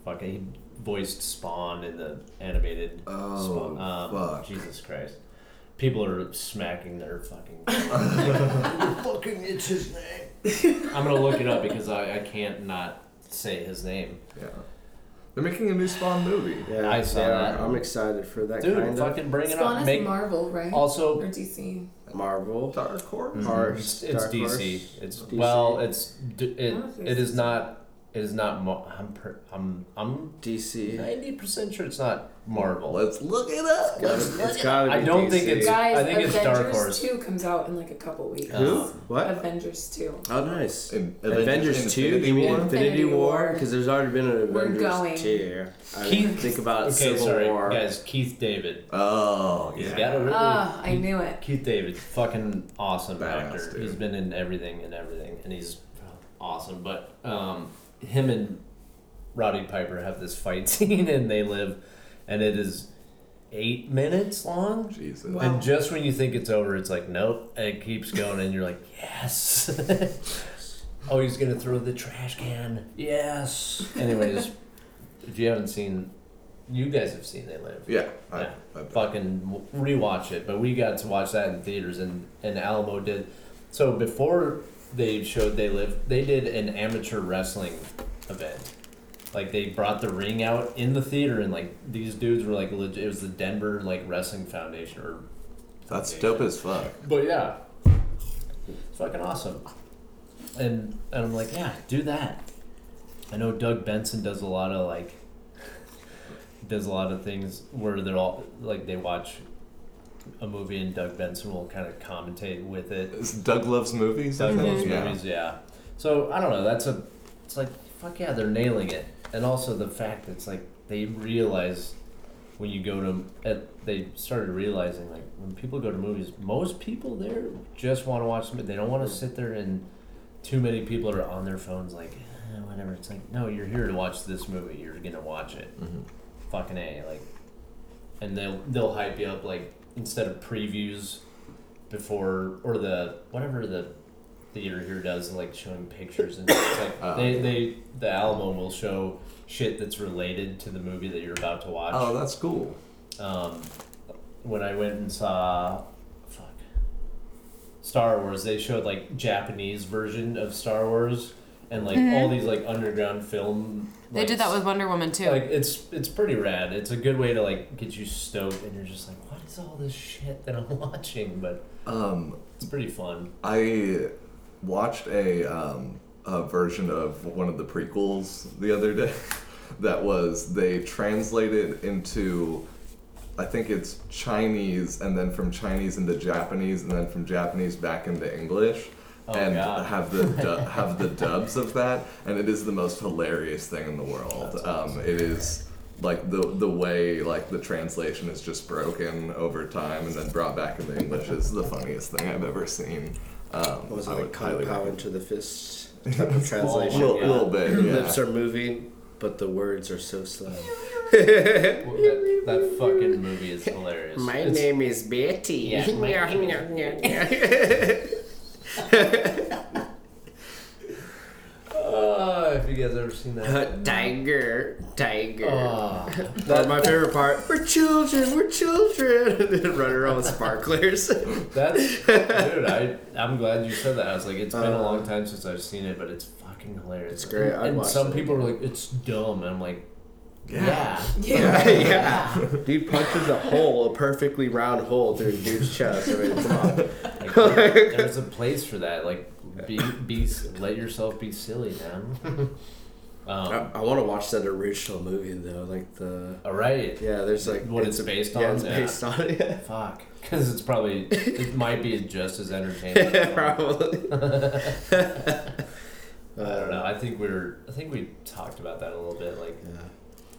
fucking. He voiced Spawn in the animated. Oh, Spawn. Um, fuck. Jesus Christ. People are smacking their fucking. fucking, it's his name. I'm gonna look it up because I, I can't not say his name. Yeah. They're making a new Spawn movie. Yeah, I saw yeah, that. I'm excited for that Dude, kind fucking bring it Spawn up. is Make Marvel, right? also. or DC. of Marvel. Dark Horse? Dark, It's, it's Dark DC. Horse. It's DC. well. It's d- it. Oh, it's It is DC. not. It is not. Mar- I'm. Per- I'm. I'm DC. ninety percent sure it's not Marvel. Let's look it up. It's gotta be I don't think DC. it's- Guys, I think it's Avengers Dark Horse. Two comes out in like a couple weeks. who? What? Avengers Two. Oh, nice. In- Avengers, Avengers 2, Infinity you mean War? Infinity Infinity War? War. Because there's already been an We're Avengers going. 2. I mean, Keith- think about Okay, Civil sorry, War. guys. Keith David. Oh, He's yeah. got a really. Ah, I knew it. Keith David, fucking awesome Badass actor. dude. He's been in everything and everything, and he's awesome. But um, him and Roddy Piper have this fight scene, and they live, and it is eight minutes long. Jesus. Wow. And just when you think it's over, it's like, nope, and it keeps going, and you're like, yes. oh, he's gonna throw the trash can. Yes. Anyways, if you haven't seen, you guys have seen They Live. Yeah. I, Yeah. I, Fucking w- rewatch it, but we got to watch that in theaters, and and Alamo did. So before they showed They Live, they did an amateur wrestling event. Like they brought the ring out in the theater, and like these dudes were like legit. It was the Denver like Wrestling Foundation or that's dope as fuck. but yeah, it's fucking awesome. And and I'm like, yeah, do that. I know Doug Benson does a lot of like, does a lot of things where they're all like they watch a movie and Doug Benson will kind of commentate with it. It's Doug loves movies. I Doug think? loves yeah. movies, yeah. So I don't know. That's a. It's like fuck yeah, they're nailing it, and also the fact that it's like they realize when you go to at, they started realizing like when people go to movies, most people there just want to watch them. They don't want to sit there and too many people are on their phones like eh, whatever. It's like no, you're here to watch this movie. You're gonna watch it. Mhm. Fucking a like, and they'll they'll hype you up like instead of previews before or the whatever the theater here does like showing pictures and it's like Oh. they, they the Alamo will show shit that's related to the movie that you're about to watch. Oh, that's cool. Um, when I went and saw fuck Star Wars, they showed like Japanese version of Star Wars and like all these like underground film. Mm-hmm. They like, did that with Wonder Woman too. like it's it's pretty rad. It's a good way to like get you stoked, and you're just like, what is all this shit that I'm watching? But Um, it's pretty fun. I watched a um, a version of one of the prequels the other day. that was they translated into, I think it's Chinese, and then from Chinese into Japanese, and then from Japanese back into English. Oh, and God. have the du- have the dubs of that, and it is the most hilarious thing in the world. That's Um, it is like the the way like the translation is just broken over time and then brought back into English is the funniest thing I've ever seen. Um, What was it I like? would Kung highly Pao recommend- into the fist type of a translation. little, Yeah. little bit, Your lips yeah. are moving, but the words are so slow. Well, That, that fucking movie is hilarious. It's- is Betty. Yeah, my Oh, if you guys ever seen that. Uh, tiger, tiger. Oh, That, my favorite part. We're children. We're children. and then run around with sparklers. that's dude. I I'm glad you said that. I was like, it's been a Uh, long time since I've seen it, but it's fucking hilarious. It's great. And, I'd and watch some it. people are like, it's dumb. And I'm like, yeah. yeah, yeah. Dude punches a hole, a perfectly round hole through the dude's chest. I mean, come on. Like, there- there's a place for that. Like, be be s- let yourself be silly, man. um, I, want to watch that original movie though, like the. all right. Yeah, there's like What it's based Yeah, on? it's Yeah. based on it. Yeah. Fuck, because it's probably it might be just as entertaining. Probably. I don't know. I think we are I think we talked about that a little bit. Like Yeah.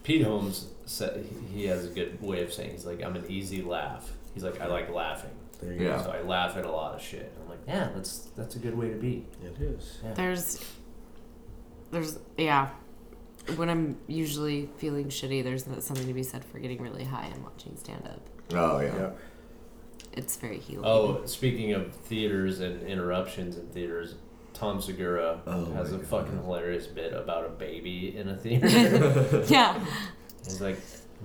Pete Holmes said, he- he has a good way of saying. He's like, I'm an easy laugh. He's like, I like laughing, There you Yeah. so I laugh at a lot of shit. I'm like, yeah, that's that's a good way to be. go. It is. There's, there's, yeah. When I'm usually feeling shitty, there's something to be said for getting really high and watching stand up. Oh yeah. Yeah. It's very healing. Oh, speaking of theaters and interruptions in theaters, Tom Segura Oh has my a God. fucking hilarious bit about a baby in a theater. yeah. He's like,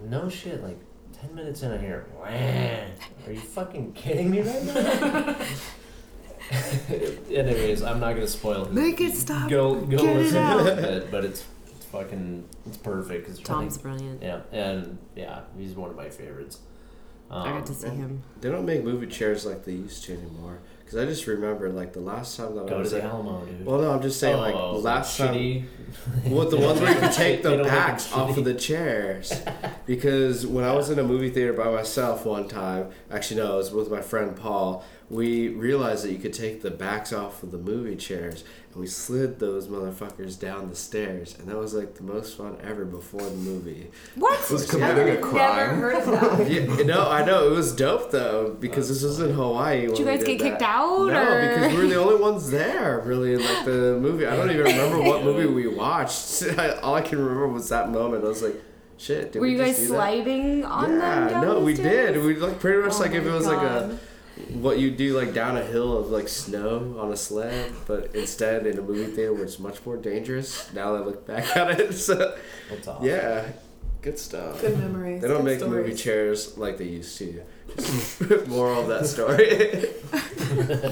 no shit, like. Ten minutes in, I hear, "Wah." are you fucking kidding me right now? Anyways, I'm not gonna spoil. his- Make it stop. Go go Get it listen out. to it, but it's it's fucking it's perfect. It's Tom's funny. brilliant. yeah, and yeah, he's one of my favorites. Um, I got to see him. They don't make movie chairs like they used to anymore. Because I just remember, like, the last time that I go to was the at. Alamo, dude. Well, no, I'm just saying, like, Oh, last time. shitty. Well, the ones where you can take They the don't make them backs off shitty. of the chairs. Because when I was in a movie theater by myself one time, actually no, it was with my friend Paul. We realized that you could take the backs off of the movie chairs, and we slid those motherfuckers down the stairs, and that was like the most fun ever before the movie. What? Was committing a I've never crime. heard of that. yeah, no, I know it was dope though because this was in Hawaii. Did Did you guys get kicked out? No, or? because we were the only ones there, really, in like the movie. I don't even remember what movie we watched. All I can remember was that moment. I was like, "Shit, did Were we you just guys do that? sliding on them? Yeah, down no, the we stairs? did. We like pretty much Oh like if it my was like a God. what you do like down a hill of like snow on a sled, but instead in a movie theater where it's much more dangerous. Now that I look back at it, so That's awesome. yeah, good stuff. Good memories. They don't good make stories. movie chairs like they used to. Moral of that story.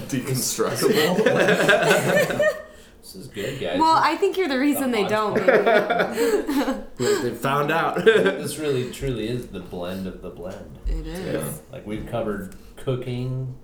Deconstructable. This is good, guys. Well, I think you're the reason they don't. they found out. this really truly is the blend of the blend. It is. Yeah. Like we've covered cooking,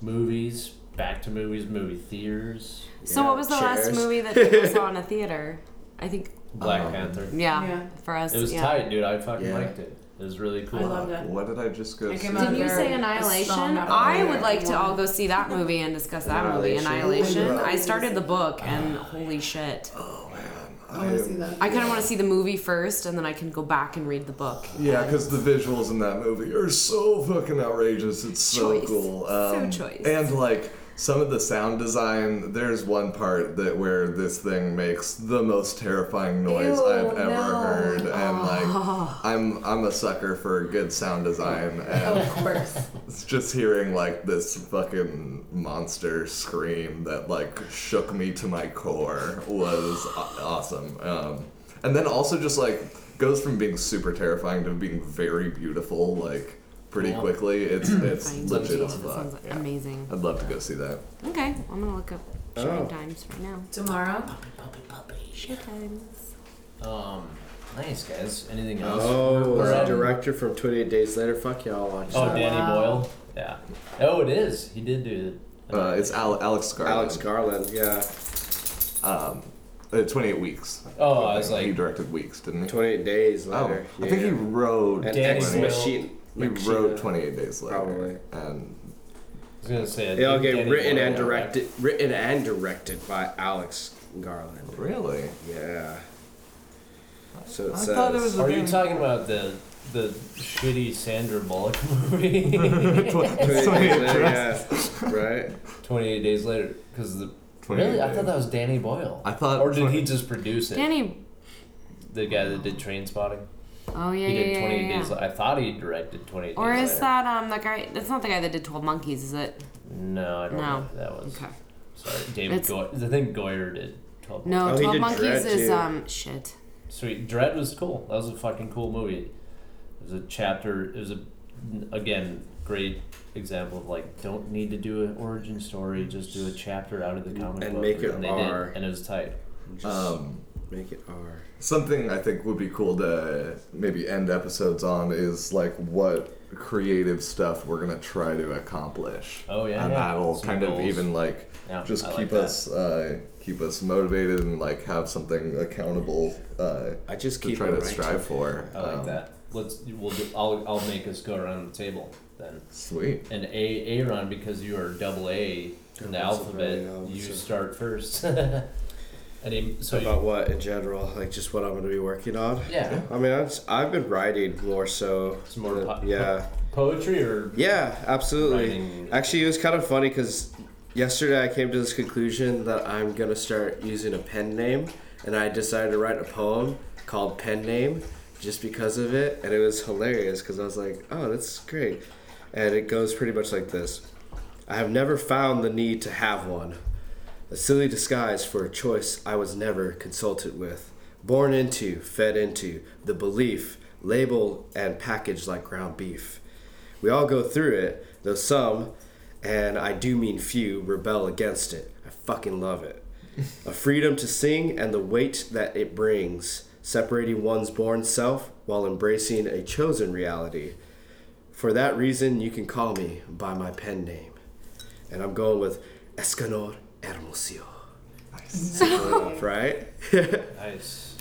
movies, back to movies, movie theaters, So, Yeah, what was the last chairs. movie that people saw in a theater? I think, Black Um, Panther. yeah, Yeah. for us. It was yeah. tight, dude. I fucking Yeah. liked it. It was really cool. I loved it. what did I just go It see? came out Did you Another- say a Annihilation? song about I Annihilation. would like to all go see that movie and discuss that movie, Annihilation. Annihilation. I started the book, and holy shit. I want to see that. I kind of want to see the movie first, and then I can go back and read the book. Yeah, because the visuals in that movie are so fucking outrageous. It's so Choice. cool. Um, So choice. And like some of the sound design, there's one part that where this thing makes the most terrifying noise Ew, I've ever no. heard, and Ah. like I'm I'm a sucker for good sound design, and Oh, Of course. it's just hearing like this fucking monster scream that like shook me to my core was aw- awesome. Um, and then also just like goes from being super terrifying to being very beautiful like pretty Cool. movely. It's it's Fine, legit Jesus, as that fuck. sounds Yeah. amazing. I'd love to go see that. Okay, I'm gonna look up Oh. showtime times right now. Tomorrow. Puppy, puppy. Showtimes. Um, nice guys. Anything else? Oh, We're the at- director from 28 Days Later. Fuck y'all, watch Oh, that. Danny Wow. Boyle. Yeah. Oh, it is. He did do it. Uh, it's Al- Alex Garland. Alex Garland, yeah. Um, uh, 28 weeks. Oh, I was he like, directed weeks, didn't he? 28 Days Oh, Later. I think he yeah. wrote. And Danny Ex Boyle. Machine. He Machina. wrote 28 days later. Probably. And I was gonna say. I They all think get Danny written Boyle- and directed, written and directed by Alex Garland. really. Yeah. So it I says. thought it was Are you talking about the the shitty Sandra Bullock movie? 28 Days Later, yeah. Right. Twenty eight days later, because the really, I thought that was Danny Boyle. I thought- or did he just produce it? Danny. the guy that did Train Spotting. Oh yeah, He yeah, did yeah, Twenty Eight yeah, Days. yeah. Later. I thought he directed Twenty Eight Or Days. is Later. that um that guy? That's not the guy that did Twelve Monkeys, is it? No, I don't No. know who that was. Okay. Sorry, David It's- Goyer. The thing Goyer did. 12 No, Oh, he Twelve did Monkeys Dredd, is too. um shit. Sweet. Dread was cool. That was a fucking cool movie. It was a chapter. It was a again great example of like don't need to do an origin story. Just do a chapter out of the comic And book. make it and they R. did, and it was tight. Just Um, make it R. something I think would be cool to maybe end episodes on is like what creative stuff we're gonna try to accomplish. Oh, yeah, and yeah. that'll Some kind goals. of even like Yeah, just I like keep that. us uh, keep us motivated and like have something accountable uh, I just to keep try it to right. strive for. I like Um, that. Let's. We'll. Do, I'll. I'll make us go around the table then. Sweet. And A Aaron because you are double A in the Yeah, that's a very, alphabet. um, You so- start first. and he, so you, About what in general, like just what I'm going to be working on. yeah, I mean, I've, I've been writing more so. Some more than- po- yeah. poetry or Yeah, absolutely. Writing- Actually, it was kind of funny because yesterday I came to this conclusion that I'm going to start using a pen name, and I decided to write a poem called Pen Name just because of it, and it was hilarious because I was like, oh, that's great. And it goes pretty much like this I have never found the need to have one. A silly disguise for a choice I was never consulted with. Born into, fed into, the belief, labeled and packaged like ground beef. We all go through it, though some, and I do mean few, rebel against it. I fucking love it. A freedom to sing and the weight that it brings, separating one's born self while embracing a chosen reality. For that reason, you can call me by my pen name. And I'm going with Escanor Hermosillo. Nice. right? nice.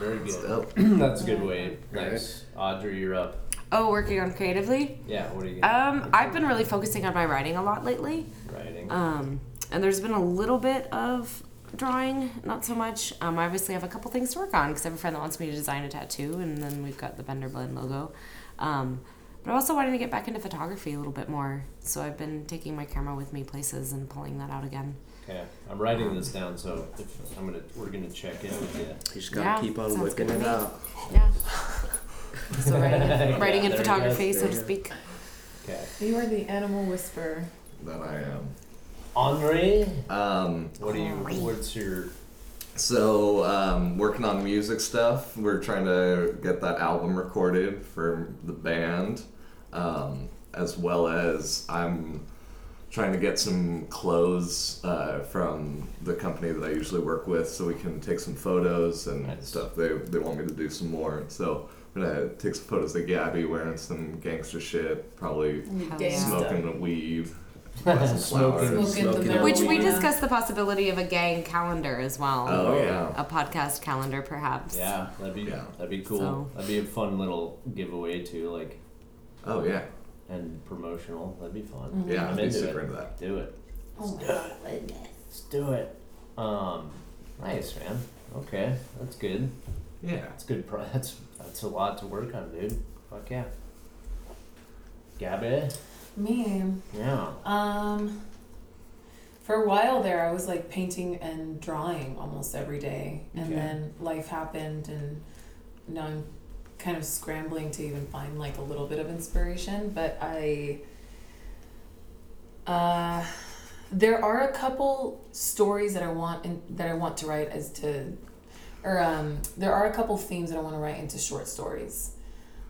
Very good. dope. That's a good way. Nice. Audrey, you're up. Oh, working on creatively. Yeah, what are you Um, I've been really focusing on my writing a lot lately. writing? Um, and there's been a little bit of drawing, not so much. Um, I obviously have a couple things to work on because I have a friend that wants me to design a tattoo, and then we've got the Bender Blend logo. Um, but I'm also wanting to get back into photography a little bit more, so I've been taking my camera with me places and pulling that out again. Okay, I'm writing this down, so if I'm gonna, we're gonna check in with you. You just gotta Yeah, keep on sounds whipping good it to me. up. Yeah. so writing, writing there you go. and photography, so There to you go. speak. Okay, You are the animal whisperer. That I am. Henri, Um, what do you? Henri. What's your? So, um, working on music stuff. We're trying to get that album recorded for the band, um, as well as I'm trying to get some clothes uh, from the company that I usually work with, so we can take some photos and Nice. stuff. They they want me to do some more, so I'm gonna take some photos of Gabby wearing some gangster shit, probably Yeah. smoking a weed, glass of Smoking. flowers. Smoking marijuana. Which we discussed the possibility of a gang calendar as well. Oh yeah. A podcast calendar, perhaps. Yeah, that'd be Yeah. that'd be cool. So- That'd be a fun little giveaway too, like Oh yeah. and promotional. That'd be fun. Mm-hmm. Yeah. I'm I'd be into super it. into that. Do it. Oh my god. Let's do it. Um, nice man. Okay, that's good. Yeah. That's good. Pro- that's that's a lot to work on, dude. Fuck yeah. Gabby. Me. Yeah. Um, for a while there, I was like painting and drawing almost every day, and Okay. then life happened, and now I'm kind of scrambling to even find like a little bit of inspiration. But I, uh, there are a couple stories that I want in, that I want to write as to, or um, there are a couple themes that I want to write into short stories.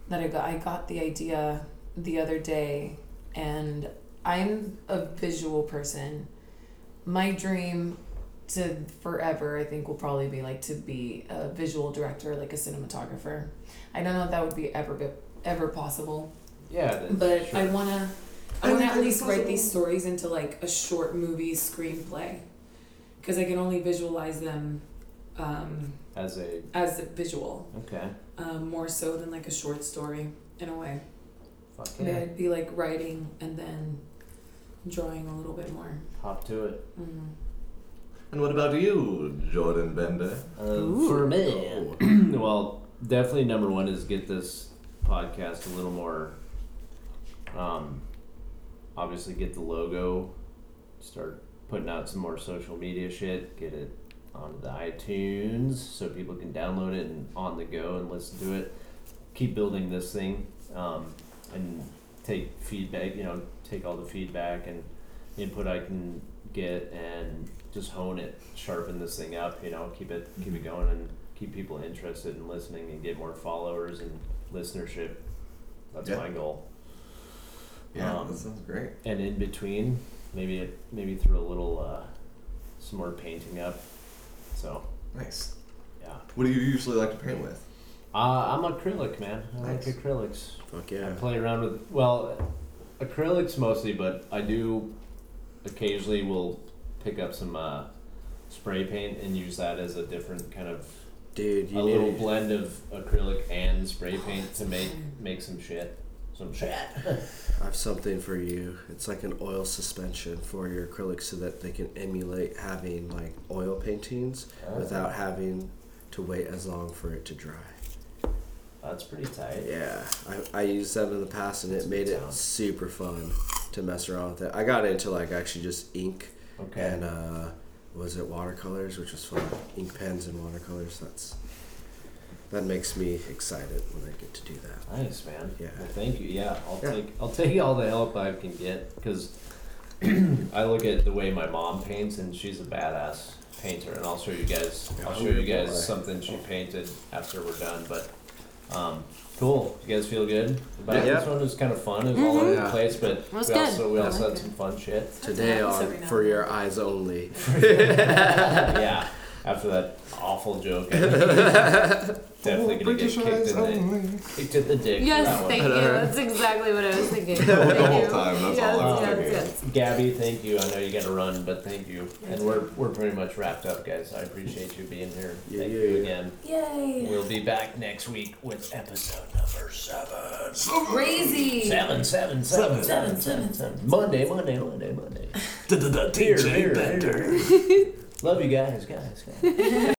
That I got, I got the idea the other day, and I'm a visual person. My dream to forever, I think, will probably be like to be a visual director, like a cinematographer. I don't know if that would be ever ever possible, Yeah. that- but sure. I wanna. I I wanna think at it's least write possible. these stories into like a short movie screenplay, because I can only visualize them um, as a as a visual, okay. um, more so than like a short story in a way. Fuck yeah. Maybe I'd be like writing and then drawing a little bit more. Hop to it. Mm. And what about you, Jordan Bender? Uh, for me. well, definitely number one is get this podcast a little more. Um, obviously, get the logo. Start putting out some more social media shit. Get it on the iTunes so people can download it and on the go and listen to it. Keep building this thing um, and take feedback. You know, take all the feedback and input I can get and just hone it, sharpen this thing up. You know, keep it keep Mm-hmm. it going and keep people interested in listening and get more followers and listenership. That's Yeah. my goal. Yeah, Um, that sounds great. And in between, maybe maybe throw a little uh, some more painting up. So Nice. yeah, What do you usually like to paint with? uh, I'm acrylic man. I Nice. like acrylics. Fuck I yeah. play around with well, acrylics mostly, but I do occasionally will pick up some uh, spray paint and use that as a different kind of Dude, a you little need blend of acrylic and spray paint to make make some shit, some shit. I have something for you. It's like an oil suspension for your acrylics so that they can emulate having like oil paintings Oh. without having to wait as long for it to dry. That's pretty tight. Yeah, I, I used that in the past and it made it Sound. super fun to mess around with it. I got into like actually just ink Okay. and uh, was it watercolors, which was fun. Ink pens and watercolors. That's that makes me excited when I get to do that. Nice man. Yeah. Well, thank you. Yeah, I'll Yeah. take I'll take all the help I can get because I look at the way my mom paints and she's a badass painter. And I'll show you guys I'll show you guys something she painted after we're done. But um, cool. You guys feel good about it? Yeah. this one? It was kind of fun. It was all over the Mhm. place, but was we good. also we I also like had it. some fun shit. Today Happens on every now for and your eyes only. yeah. After that awful joke. Definitely gonna get kicked in, the, kicked in the dick. for that Yes, one. thank you. That's exactly what I was thinking. The Thank whole you. time, that's Yes, all I was yes, thinking. yes. Gabby, thank you. I know you got to run, but thank you. And we're, we're pretty much wrapped up, guys. I appreciate you being here. Yeah, thank yeah, you yeah. again. Yay. We'll be back next week with episode number seven. Crazy. Seven, seven, seven, seven, seven, seven. Monday, Monday, Monday, Monday. Dear, dear, dear. Love you guys, guys, guys.